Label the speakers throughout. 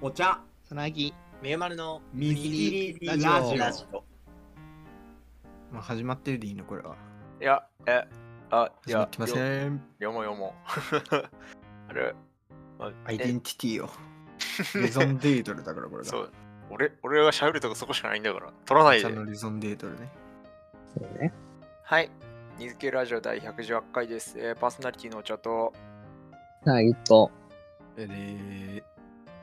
Speaker 1: お茶、
Speaker 2: さなぎ、
Speaker 3: みゆまるの
Speaker 1: 水切りラ
Speaker 2: ラ
Speaker 1: ジ
Speaker 2: ジ
Speaker 1: オ
Speaker 2: オ。
Speaker 3: ラジオ。
Speaker 2: まあ、始まってるでいいのこれはい
Speaker 4: や、え、あ、い
Speaker 2: 始ま
Speaker 4: や
Speaker 2: っ、てません
Speaker 4: よもよも。あれ、ま
Speaker 2: アイデンティテ ィをレゾンデートルだからこれが
Speaker 4: えそう。俺、俺が喋るとこそこしかないんだから、取らない
Speaker 2: さん
Speaker 4: で
Speaker 2: の。レゾンデートルね
Speaker 4: はい。ニズケラジオ第118回です。えーパーソナリティのお茶と、
Speaker 5: なぎと、
Speaker 2: えで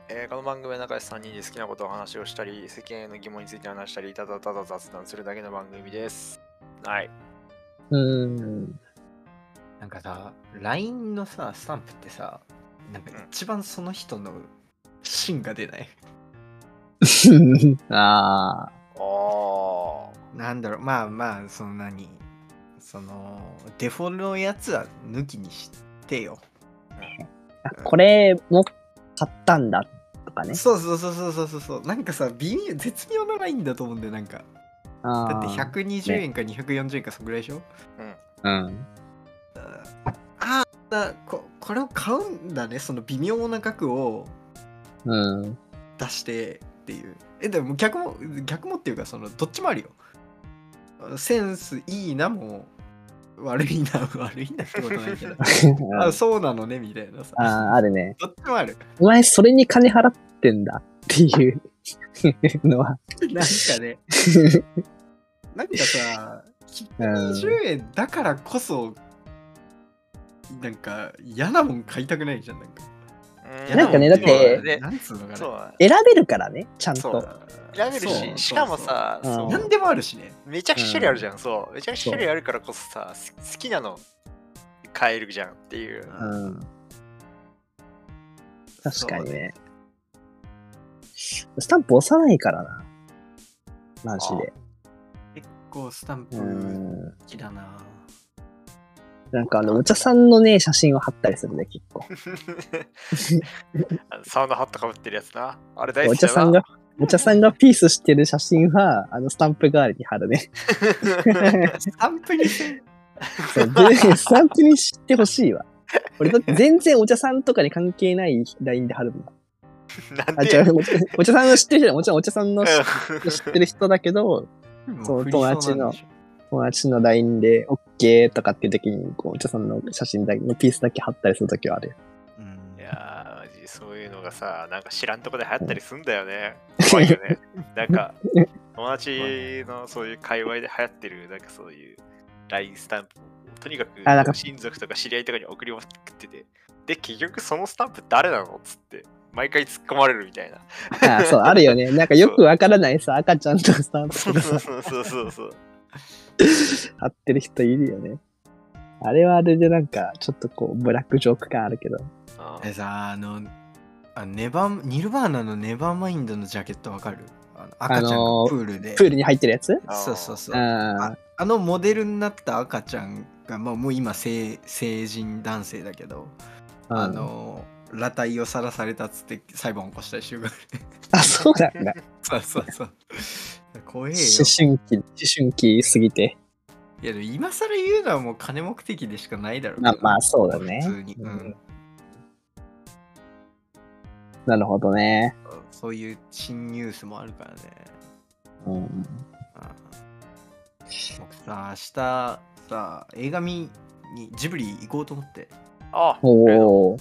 Speaker 4: えーこの番組は仲良し3人で好きなことを話をしたり、世間への疑問について話したり、ただただ雑談するだけの番組です。はい。
Speaker 5: うーん、
Speaker 2: なんかさ LINE のさスタンプってさなんか一番その人の芯が出ない、
Speaker 5: あ
Speaker 4: あ
Speaker 2: なんだろうまあまあその何そのデフォルのやつは抜きにしてよ
Speaker 5: あ、これも買ったんだとかね。
Speaker 2: そうそうそうそうそうそうそうなんかさ微妙絶妙なラインだと思うんだよなんか
Speaker 5: あ
Speaker 2: だって
Speaker 5: ー
Speaker 2: 120円か240円かそんぐらいでしょ、
Speaker 5: うん。
Speaker 2: だここれを買うんだねその微妙な額を
Speaker 5: うん。
Speaker 2: 出してっていうえでも逆も逆もっていうかそのどっちもあるよセンスいいなも悪いな 悪いなってことな いけどあそうなのねみたいなさ
Speaker 5: あーあるね。
Speaker 2: どっち もある
Speaker 5: お前、それに金払ってんだっていう のは。
Speaker 2: なんかねなんかさ
Speaker 5: うん
Speaker 2: 120円だからこそなんか嫌なもん買いたくないじゃんなんか
Speaker 4: ー。
Speaker 5: なんかねだって
Speaker 4: で
Speaker 2: なんつうのか
Speaker 4: そう
Speaker 2: な
Speaker 4: だね。
Speaker 5: 選べるからね、ちゃん
Speaker 4: そ
Speaker 5: と。
Speaker 4: 選べる
Speaker 2: そうそう
Speaker 4: し、しかもさ、
Speaker 5: そう
Speaker 4: そう
Speaker 2: 何でもあるしね
Speaker 4: めちゃくちゃ種類あるじゃん、そう。めちゃくちゃ種類あるからこそさ、す好きなの買えるじゃんって いう。
Speaker 5: うん。確かにね。スタンプ押さないからな。マジで。
Speaker 2: 結構スタンプ
Speaker 5: う
Speaker 2: 好
Speaker 5: ん。
Speaker 2: きだな
Speaker 5: なんかあの、お茶さんのね、写真を貼ったりするね、結構。
Speaker 4: あのサウナハットかぶってるやつな。あれ大好
Speaker 5: お
Speaker 4: きだ
Speaker 5: 茶
Speaker 4: な。
Speaker 5: さんが、お茶さんがピースしてる写真は、あの、スタンプ代わりに貼るね。
Speaker 2: スタンプにせん
Speaker 5: そうで スタンプにしてほしいわ。俺だって全然お茶さんとかに関係ない LINE で貼るもん。
Speaker 4: なん
Speaker 5: あ、
Speaker 4: で
Speaker 5: 違う、お茶お茶さんの知ってる人だもちろんお茶さんの知
Speaker 4: うん
Speaker 5: 知ってる人だけど、
Speaker 2: も振りうなんでしょ
Speaker 5: 友達友達の LINE で OK とかっていう時に、こう、お茶さんの写真だけのピースだけ貼ったりする時はある。
Speaker 2: うん
Speaker 4: いやーマジそういうのがさ、なんか知らんとこで流行ったりすんだよ ね。怖いよね。なんか、友達のそういう界隈で流行ってる、なんかそういう LINE スタンプをとにか
Speaker 5: あなんか
Speaker 4: く親族とか知り合いとかに送りまくってて、で、結局そのスタンプ誰なのっつって、毎回突っ込まれるみたいな。
Speaker 5: あそう、あるよね。なんかよくわからないさ、赤ちゃんのスタン
Speaker 4: そ
Speaker 5: プ
Speaker 4: う
Speaker 5: がさ
Speaker 4: そうそうそうそう。
Speaker 5: 貼ってる人いるよね。あれはあれでなんか、ちょっとこう、ブラックジョーク感あるけど。
Speaker 4: あ
Speaker 2: えさあのあネバニルバーナのネバーマインドのジャケットわかるあの赤ちゃんがプールで、
Speaker 5: プールに入ってるやつ
Speaker 4: ー
Speaker 2: そうそうそうあ
Speaker 5: あ
Speaker 2: のモデルになった赤ちゃんが、まあ、もう今成成人男性だけど、
Speaker 5: あ
Speaker 2: あ、の裸体をさらされたっつって裁判起こし た瞬間
Speaker 5: あ、そうなんだ。
Speaker 2: そうそうそう怖えよ
Speaker 5: 思春期、思春期過ぎて。
Speaker 2: いやでも今更言うのはもう金目的でしかないだろうけ
Speaker 5: ま
Speaker 2: ど
Speaker 5: あ、まあ、そうだね。
Speaker 2: 普通に、う
Speaker 5: うん
Speaker 2: ん、
Speaker 5: なるほどね。
Speaker 2: そういう新ニュースもあるからね。
Speaker 5: うん。
Speaker 2: うん僕さ、明日さ、映画見にジブリ行こうと思って、
Speaker 4: あ
Speaker 5: おお。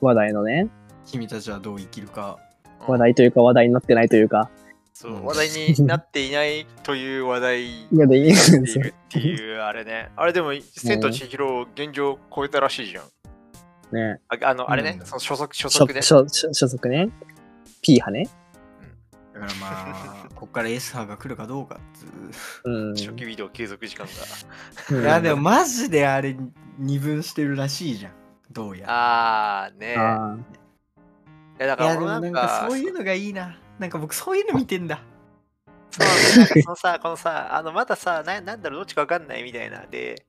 Speaker 5: 話題のね。
Speaker 2: 君たちはどう生きるか。
Speaker 5: 話題というか、話題になってないというか。
Speaker 4: そううん話題になっていないという話題
Speaker 5: いや、でいいん
Speaker 4: って
Speaker 5: です
Speaker 4: いる
Speaker 5: よ。
Speaker 4: っていうあれね。あれでも、千と千尋を現状を超えたらしいじゃん。
Speaker 5: ね。
Speaker 4: ああの、あれね
Speaker 2: う、ん
Speaker 4: その所属、所
Speaker 5: 所
Speaker 4: 属で。
Speaker 5: 所所所属ね。P 派ね。
Speaker 2: だからま あ、こっから S 波が来るかどうかっつう
Speaker 5: うん。
Speaker 4: 初期移動継続時間
Speaker 5: うん
Speaker 2: いやでもマジであれ二分してるらしいじゃん。どうや
Speaker 4: が。
Speaker 2: ら。
Speaker 4: あーね。
Speaker 5: あー
Speaker 4: いやだ
Speaker 2: い
Speaker 4: から
Speaker 2: やでもな
Speaker 4: 俺なん
Speaker 2: ん
Speaker 4: か
Speaker 2: か、そういうのがいいな。なんか僕そういうの見てん だ。
Speaker 4: そうなんかそのさ、このさ、あの、まださ、ななんだろう、どっちかわかんないみたいな。で、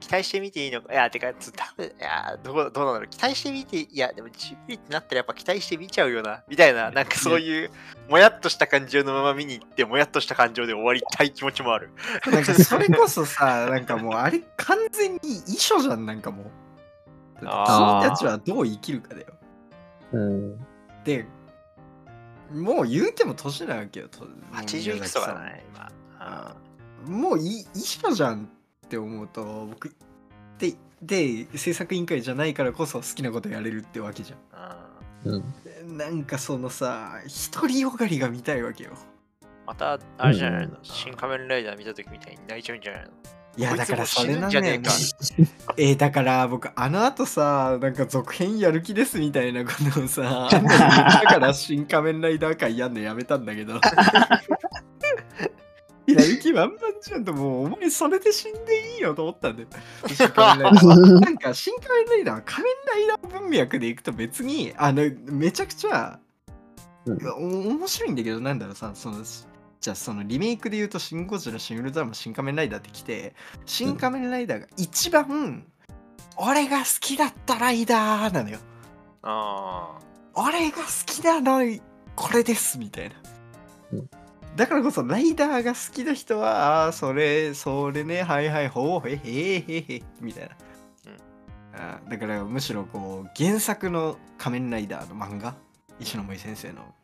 Speaker 4: 期待してみていいのか。いや、てか、つ多分いや、どうどうなの期待してみて、いや、でも、ジブリってなったらやっぱ期待してみちゃうよな。みたいな、なんかそういう、もやっとした感情のまま見に行って、もやっとした感情で終わりたい気持ちもある。
Speaker 2: なんかそれこそさ、なんかもうあれ完全に遺書じゃん、なんかもう。だって
Speaker 4: あー
Speaker 2: 君たちはどう生きるかだよ。
Speaker 5: うん。
Speaker 2: で、もう言うても年なわけよ。と
Speaker 4: 80いくつとかだね、
Speaker 2: あ
Speaker 4: 今。
Speaker 2: もういいい人じゃんって思うと僕でで制作委員会じゃないからこそ好きなことやれるってわけじゃ
Speaker 4: うんうん
Speaker 5: うん。
Speaker 2: んなんかそのさ独りよがりが見たいわけよ
Speaker 4: また、あれじゃないの
Speaker 2: う、ん
Speaker 4: 新仮面ライダー見たときみたいに泣いちゃうんじゃないの
Speaker 2: いや
Speaker 4: こい
Speaker 2: だ
Speaker 4: つ
Speaker 2: からそれなんだよね
Speaker 4: もう死
Speaker 2: えーだから僕あの後さなんか続編やる気ですみたいなことをさだから新仮面ライダー会やんのやめたんだけどやる気満々じゃんともうお前それで死んでいいよと思ったんだよ新仮面ライダーはなんか新仮面ライダーは仮面ライダー文脈でいくと別にあのめちゃくちゃ、
Speaker 5: うん
Speaker 2: お面白いんだけどなんだろうさそのじゃあそのリメイクで言うと「シン・ゴジラ」「シン・ウルトラマン」「新仮面ライダー」って来て「新仮面ライダー」が一番俺が好きだったライダーなのよ
Speaker 4: あ
Speaker 2: 俺が好きなのこれですみたいな、
Speaker 5: うん
Speaker 2: だからこそライダーが好きな人はああそれそれねはいはいほうへへへへみたいな、あーだからむしろこう原作の「仮面ライダー」の漫画石ノ森先生の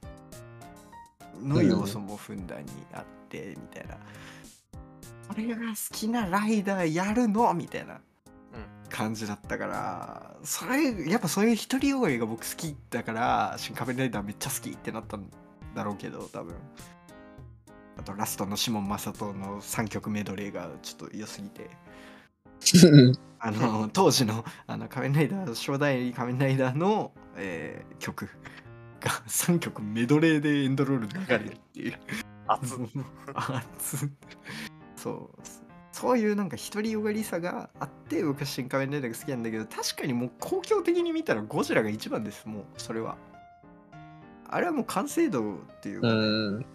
Speaker 2: の要素もふんだんにあってみたいな、俺が好きなライダーやるのみたいな感じだったからそれやっぱそういう独りよがりが僕好きだから「新仮面ライダー」めっちゃ好きってなったんだろうけど多分あとラストのシモン・マサトの3曲メドレーがちょっと良すぎてあの当時のあの仮面ライダー初代仮面ライダーの、えー曲が3曲メドレーでエンドロール流れるっていう
Speaker 4: あ、熱っ。
Speaker 2: 熱っそうそういうなんか独りよがりさがあって僕は新仮面ライダーが好きなんだけど確かにもう公共的に見たらゴジラが一番ですもうそれはあれはもう完成度っていうか、
Speaker 5: うん。
Speaker 2: うん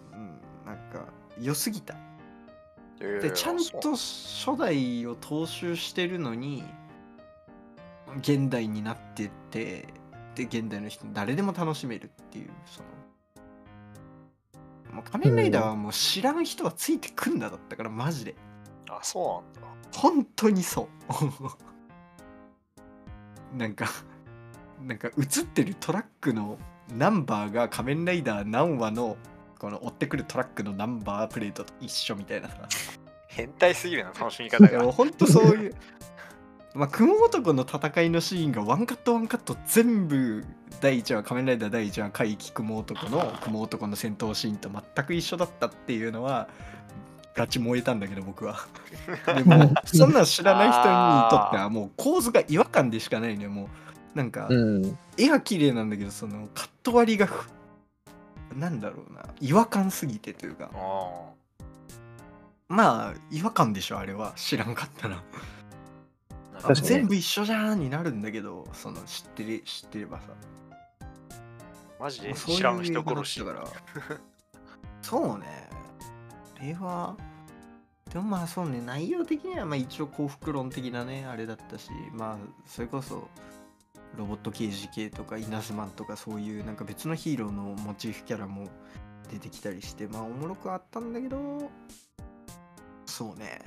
Speaker 2: なんか良すぎた
Speaker 4: いやいやい
Speaker 2: で
Speaker 4: や
Speaker 2: ちゃん
Speaker 4: そう
Speaker 2: と初代を踏襲してるのに現代になっててで現代の人誰でも楽しめるっていうそのもう仮面ライダーはもう知らん人はついてくんだだったからマジで
Speaker 4: あ、そうなんだ。
Speaker 2: 本当にそう なんかなんか映ってるトラックのナンバーが仮面ライダー何話のこの追ってくるトラックのナンバープレートと一緒みたいなさ
Speaker 4: 変態すぎるな、楽しみ方
Speaker 2: いや
Speaker 4: が。
Speaker 2: 本当そういう まあ雲男の戦いのシーンがワンカットワンカット全部第1話仮面ライダー第1話怪奇雲男の雲男の戦闘シーンと全く一緒だったっていうのはガチ燃えたんだけど僕 はでもそんなん知らない人にとってはもう構図が違和感でしかないねもうなんか
Speaker 5: うん。
Speaker 2: 絵は綺麗なんだけどそのカット割りがふなんだろうな違和感すぎてというか
Speaker 4: あ
Speaker 2: まあ違和感でしょあれは知らんかったら
Speaker 4: ーなん
Speaker 5: 確かに
Speaker 2: 全部一緒じゃーんになるんだけどその知ってる知ってればさ
Speaker 4: マジ
Speaker 2: も
Speaker 4: で
Speaker 2: うそういう
Speaker 4: 知らん人殺し
Speaker 2: 映画だったから そうねあれはでもまあそうね内容的にはまあ一応幸福論的なねあれだったしまあそれこそロボット刑事系とかイナズマンとかそういうなんか別のヒーローのモチーフキャラも出てきたりしてまあおもろくはあったんだけどそうね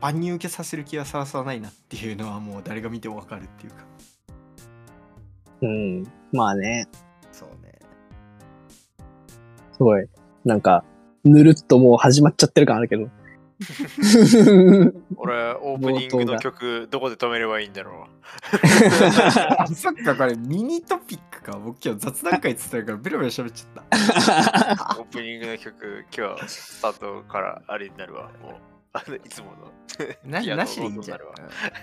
Speaker 2: 万人受けさせる気はさらさらないなっていうのはもう誰が見てもわかるっていうか
Speaker 5: うん。まあね。
Speaker 2: そうね
Speaker 5: すごい。なんか、ぬるっともう始まっちゃってる感あるけど。
Speaker 4: 俺、オープニングの曲、どこで止めればいいんだろ
Speaker 2: あそっか、これミニトピックか。僕今日雑談会っつってたからベロベロ喋っちゃった。
Speaker 4: う。オープニングの曲、今日、スタートからあれになるわ。もう あのいつもの。
Speaker 2: ない
Speaker 4: や
Speaker 2: なしでいいんじゃん。
Speaker 4: ど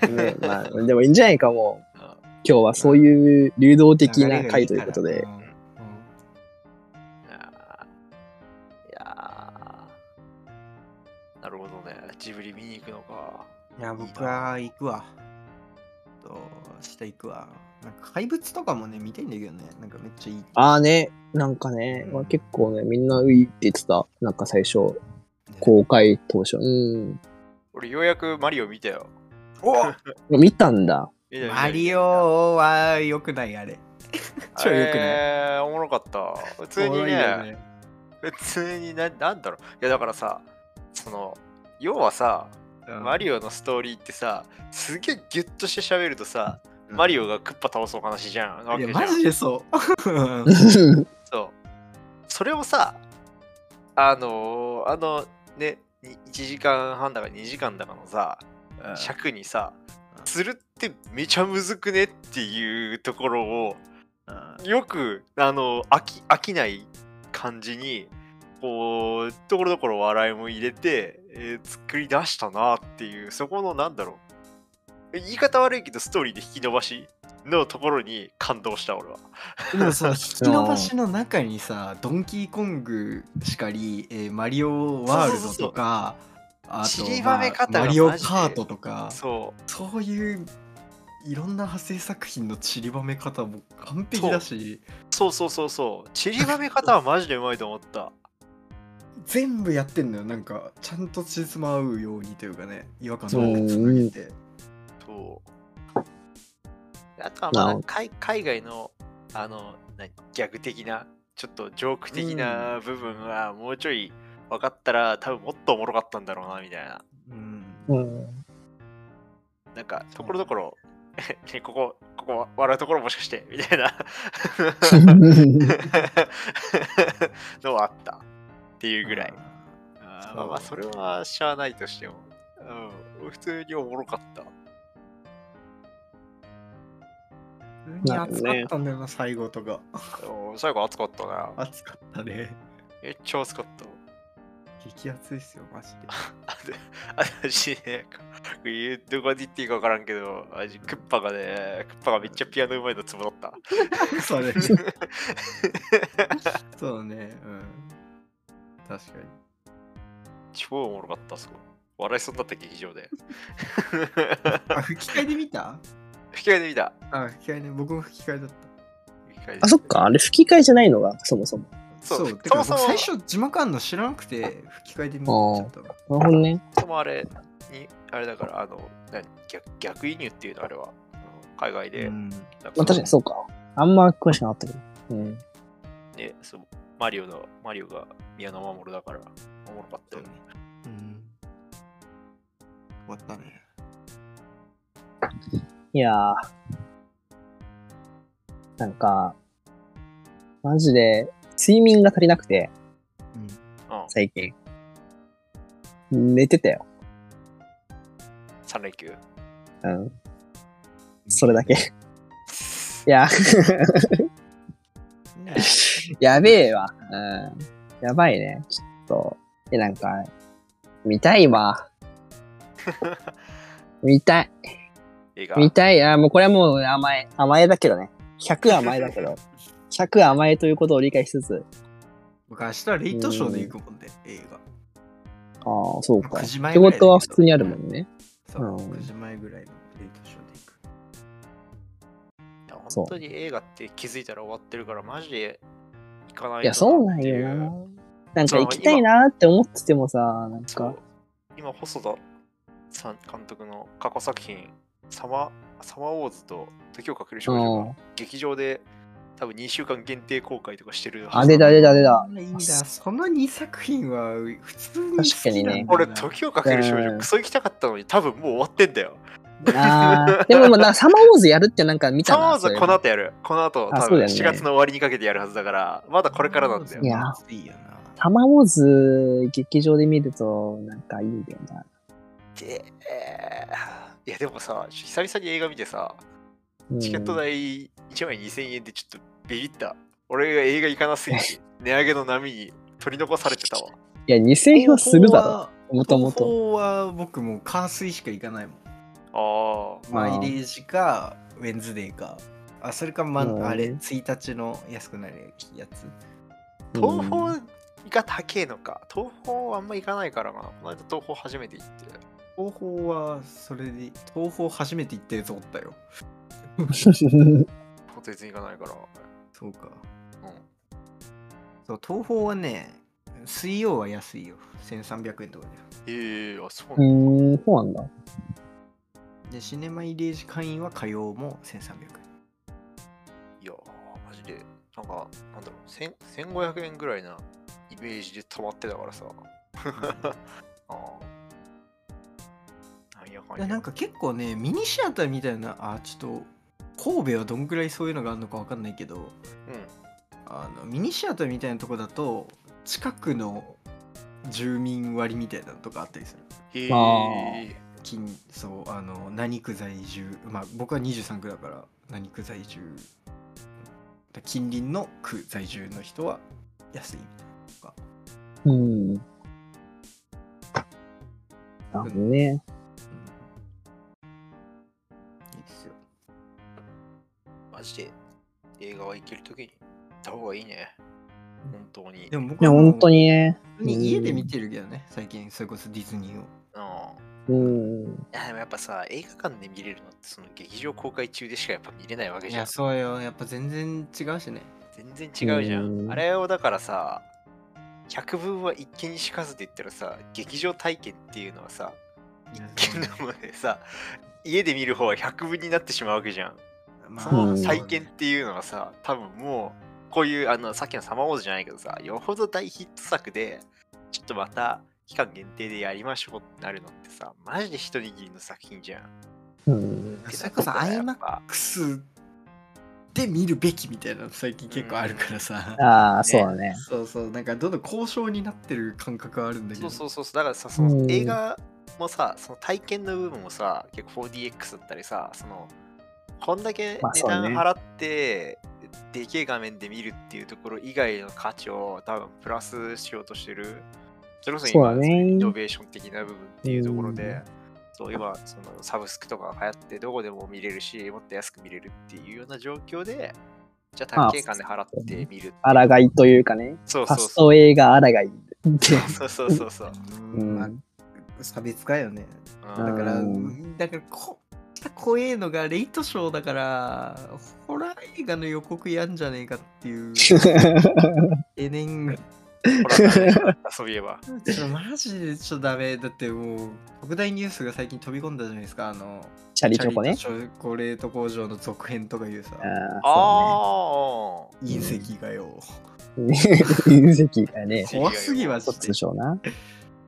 Speaker 4: うぞ
Speaker 5: ねまあ、でもいいんじゃないかもう。
Speaker 4: あ
Speaker 5: 今日はそういう流動
Speaker 2: うん
Speaker 5: 的な回ということで。。
Speaker 4: いやーいやーなるほどね。ジブリ見に行くのか。
Speaker 2: いや、僕は行くわ。と、明日行くわ。なんか怪物とかもね、見てんだけどね。なんかめっちゃいい。
Speaker 5: ああね、なんかね、まあ、結構ね、みんないいって言ってた。なんか最初、公開当初。うん。
Speaker 4: 俺、ようやくマリオ見たよ。
Speaker 2: お
Speaker 5: 見たんだ。
Speaker 4: 見た見た
Speaker 2: マリオは良くない、 あれ。超良くない。
Speaker 4: えー、おもろかった。普通に
Speaker 2: 多い
Speaker 4: ね
Speaker 2: よ、ね
Speaker 4: 普通にな、なんだろう。いや、だからさ、その、要はさ、マリオのストーリーってさ、すげえギュッとして喋るとさ、マリオがクッパ倒すお話じゃん。わ
Speaker 2: いや、
Speaker 4: けじゃん
Speaker 2: マジでそう。
Speaker 5: う
Speaker 4: そう。それをさ、あのーあのね、に1時間半だか2時間だかのさ、
Speaker 2: うん
Speaker 4: 尺にさ
Speaker 2: う、ん
Speaker 4: するってめちゃむずくねっていうところを、
Speaker 2: うん
Speaker 4: よく、あの飽き、飽きない感じに、こう、ところどころ笑いも入れて、えー作り出したなっていう、そこのなんだろう。言い方悪いけど、ストーリーで引き伸ばしのところに感動した、俺は。
Speaker 2: でもさ、引き伸ばしの中にさ、ドンキーコングしかり、えーマリオワールドとか、あ
Speaker 4: 散
Speaker 2: と
Speaker 4: りばめ方
Speaker 2: ま
Speaker 4: が
Speaker 2: あマリオ
Speaker 4: マジで
Speaker 2: カートとか、
Speaker 4: そう。
Speaker 2: そういういろんな派生作品の散りばめ方も完璧だし、
Speaker 4: そうそうそうそう。散りばめ方はマジでうまいと思った。
Speaker 2: 全部やってんのよ、なんか、ちゃんと地図も合うようにというかね、違和感な
Speaker 5: そう
Speaker 2: くつなげて。
Speaker 4: そう。あとはま
Speaker 5: な
Speaker 4: あ
Speaker 5: お
Speaker 4: 海海外のあの何ギャグ的なちょっとジョーク的な部分はもうちょい分かったら多分もっとおもろかったんだろうなみたいな。
Speaker 2: うん
Speaker 5: うん。
Speaker 4: なんかところどころ、 ね、ここここ笑うところもしかしてみたいなのはあったっていうぐらい。あーまあまあそれはしゃあないとしても、うん、普通におもろかった。
Speaker 2: 普通に暑かったんだよな、最後とか。
Speaker 4: うん最後暑かったな。
Speaker 2: 暑かったね。
Speaker 4: めっちゃ暑かった。
Speaker 2: 激暑ですよ、マジで。
Speaker 4: あで私ね、これ言うどこまで言っていいか分からんけど、私クッパがね、クッパがめっちゃピアノうまいのつぼだった。
Speaker 2: そうね。そうね。うん。確かに。
Speaker 4: 超おもろかった、そこ。笑いそうになった劇場で。
Speaker 2: あ、吹き替えで見た
Speaker 4: 吹き替えで見た。
Speaker 2: あ、吹き替えね。僕も吹き替えだった。
Speaker 4: 吹き替えで
Speaker 5: あ、そっ。か、あれ吹き替えじゃないのが、そもそも。
Speaker 4: そう
Speaker 2: てか
Speaker 4: そもそも
Speaker 2: 僕最初字幕あんの知らなくて吹き替えで見ちゃったの。
Speaker 5: なるほどね。
Speaker 4: でもあれに、あれだから、あの、何逆逆輸入っていうの、あれは。うん海外で。
Speaker 2: うん
Speaker 4: なん
Speaker 5: まあ、確かにそうか。あんま詳しくなかったけど。うん。
Speaker 4: ね、そうマリオの、マリオが宮野真守だから、おもろかったよね。
Speaker 2: うん。終わったね。
Speaker 5: いやー。なんか、マジで、睡眠が足りなくて、
Speaker 2: うん。
Speaker 4: うん、
Speaker 5: 最近。寝てたよ。
Speaker 4: 3連休。
Speaker 5: うん。それだけ。いや、
Speaker 2: ね。
Speaker 5: やべえわ。うん。やばいね。ちょっと。え、なんか、見たいわ。見たい。
Speaker 4: 映画。
Speaker 5: 見たい。あーもうこれはもう甘え。甘えだけどね。100甘えだけ ど。100甘えということを理解しつつ。
Speaker 2: 僕明日レイトショーで行くもんで、映画。
Speaker 5: ああ、そうか。
Speaker 2: 9
Speaker 5: 仕
Speaker 2: 時前ぐらいだけど
Speaker 5: 事は普通にあるもんね。
Speaker 2: そう、
Speaker 5: うん
Speaker 2: 9時前ぐらいのレイトショーで行く。
Speaker 4: いや
Speaker 5: そう
Speaker 4: 本当に映画って気づいたら終わってるから、マジで行かないと
Speaker 5: いや、そうなんよ
Speaker 4: っていう。
Speaker 5: な。なんか行きたいなーって思っててもさ、なん
Speaker 4: そ
Speaker 5: か
Speaker 4: う、今、細田さん監督の過去作品、サマサマーウォーズと時をかける少女
Speaker 5: う
Speaker 4: が
Speaker 5: ん
Speaker 4: 劇場で多分2週間限定公開とかしてるはず
Speaker 5: あ、出た出た出 た。
Speaker 2: いいんだ。その2作品は普通に
Speaker 5: 確かにね
Speaker 4: 俺、時をかける少
Speaker 5: う
Speaker 4: 女、
Speaker 5: ん
Speaker 4: クソ行きたかったのに、多分もう終わってんだよ。
Speaker 5: あーでも、まあ、なんかサマーウォーズやるってなんか見た
Speaker 4: サ
Speaker 5: な。
Speaker 4: マーウォー
Speaker 5: そ
Speaker 4: ズは
Speaker 5: れ
Speaker 4: この後やる。この後、
Speaker 5: あ
Speaker 4: 多
Speaker 5: そう
Speaker 4: 分
Speaker 5: だよね
Speaker 4: 4月の終わりにかけてやるはずだから、まだこれからなんだよ
Speaker 5: い。や
Speaker 2: いいよな。
Speaker 5: サマーウォーズ劇場で見ると、なんかいいんだよな。
Speaker 4: で、えーいやでもさ、久々に映画見てさ、
Speaker 5: うん
Speaker 4: チケット代1枚2000円でちょっとビビった。俺が映画行かなすぎて、値上げの波に取り残されてたわ。
Speaker 5: いや、2000円はするだろ。もとも
Speaker 2: 東
Speaker 5: と。
Speaker 2: 宝は僕もう関水しか行かないもん。
Speaker 4: ああ、
Speaker 2: マイレージか、ウェンズデーか。あ、それか、ま
Speaker 5: うん
Speaker 2: あれ、1日の安くなるやつ。
Speaker 4: 東
Speaker 5: うん
Speaker 4: 宝が高えのか。東宝あんま行かないからな。この間東宝初めて行って。
Speaker 2: 東宝はそれで、東宝初めて行ってると思ったよ。
Speaker 4: ホテルに行かないから。
Speaker 2: そうか。
Speaker 4: うん。
Speaker 2: そう、東宝はね、水曜は安いよ。1300円とか
Speaker 4: ええあ、そうなん
Speaker 5: うー
Speaker 4: だ。
Speaker 5: ん、 そうなんだ。
Speaker 2: で。で、シネマイレージ会員は火曜も1300円。
Speaker 4: いやー、マジで。なんか、なんだろう、千1500円ぐらいなイメージで止まってたからさ。 ああ。なんやかん
Speaker 2: い
Speaker 4: や。
Speaker 2: やなんか結構ねミニシアターみたいなあちょっと神戸はどんぐらいそういうのがあるのかわかんないけど
Speaker 4: うん。
Speaker 2: あのミニシアターみたいなとこだと近くの住民割みたいなのとかあったりする
Speaker 4: へ
Speaker 5: あ
Speaker 4: え。
Speaker 2: 近そうあの何区在住まあ僕は23区だから何区在住だ近隣の区在住の人は安いみたい
Speaker 5: うん。なるほどね。
Speaker 2: ないいですよ
Speaker 4: マジで映画は行けるときに行った方がいいね。本当に。
Speaker 2: でも
Speaker 5: い
Speaker 2: 僕
Speaker 5: や、
Speaker 2: はもう
Speaker 5: 本当にね。
Speaker 2: 普通に家で見てるけどね最近それこそディズニーを
Speaker 4: うん。
Speaker 5: うん。
Speaker 4: いやでもやっぱさ、映画館で見れるのってその劇場公開中でしかやっぱ見れないわけ
Speaker 2: い
Speaker 4: じゃ
Speaker 2: や
Speaker 4: ん。
Speaker 2: そうよやっぱ全然違うしね
Speaker 4: 全然違うじゃ
Speaker 5: うん
Speaker 4: ん。あれをだからさ、百聞は一見にしかずで言ったらさ、劇場体験っていうのはさ、
Speaker 2: い
Speaker 4: 一
Speaker 2: や
Speaker 4: 見なのでさ、家で見る方は百分になってしまうわけじゃん。
Speaker 2: ま
Speaker 4: そ
Speaker 5: うん
Speaker 4: の体験っていうのはさ、多分もう、こういう、あの、さっきのサマーウォーズじゃないけどさ、よほど大ヒット作で、ちょっとまた期間限定でやりましょうってなるのってさ、マジで一握りの作品じゃん。
Speaker 5: うん。
Speaker 2: それこそ
Speaker 4: ってな
Speaker 2: iMac
Speaker 4: ことはやっぱ
Speaker 2: で見るべきみたいなの最近結構あるからさ、
Speaker 5: ああ、そうだね。
Speaker 2: そうそうなんかどんどん交渉になってる感覚はあるんだけ
Speaker 4: そ
Speaker 2: ど
Speaker 4: うそうそうそう、だからさ、その
Speaker 5: うん
Speaker 4: 映画もさ、その体験の部分もさ、結構 4DX だったりさ、その、こんだけ
Speaker 5: まあ
Speaker 4: 値
Speaker 5: そうね
Speaker 4: 段払って、でけえ画面で見るっていうところ以外の価値を多分プラスしようとしてる。それこそ
Speaker 5: そう
Speaker 4: 今、
Speaker 5: だね
Speaker 4: イノベーション的な部分っていうところで、
Speaker 5: うん
Speaker 4: そう今そのサブスクとかが流行ってどこでも見れるし、もっと安く見れるっていうような状況で、じゃあ
Speaker 5: まあ
Speaker 4: 高い金払って見る。
Speaker 5: あらがいというかね。
Speaker 4: そう
Speaker 5: フ
Speaker 4: そう
Speaker 5: ァ
Speaker 4: そう
Speaker 5: スト映画あらがい。
Speaker 4: そうそうそうそう。
Speaker 2: うん
Speaker 5: うん。
Speaker 2: まあ差別化よね
Speaker 4: う
Speaker 2: だ
Speaker 4: ん
Speaker 2: から、
Speaker 5: うん
Speaker 2: だからこ怖えのがレイトショーだからホラー映画の予告やんじゃねえかっ ていうえねんが
Speaker 4: ほら、遊び えば。
Speaker 2: ちょマジでちょっとダメだってもう特大ニュースが最近飛び込んだじゃないですかあの
Speaker 5: チャリチョコね。
Speaker 2: チャリとチョコレート工場の続編とかいうさ
Speaker 5: あ
Speaker 4: ああ、
Speaker 2: 隕石がよ、
Speaker 5: あ、そうね。隕石がね。
Speaker 4: 石がよ
Speaker 2: 怖すぎま
Speaker 5: 一
Speaker 2: し
Speaker 5: つでしょうな。
Speaker 2: て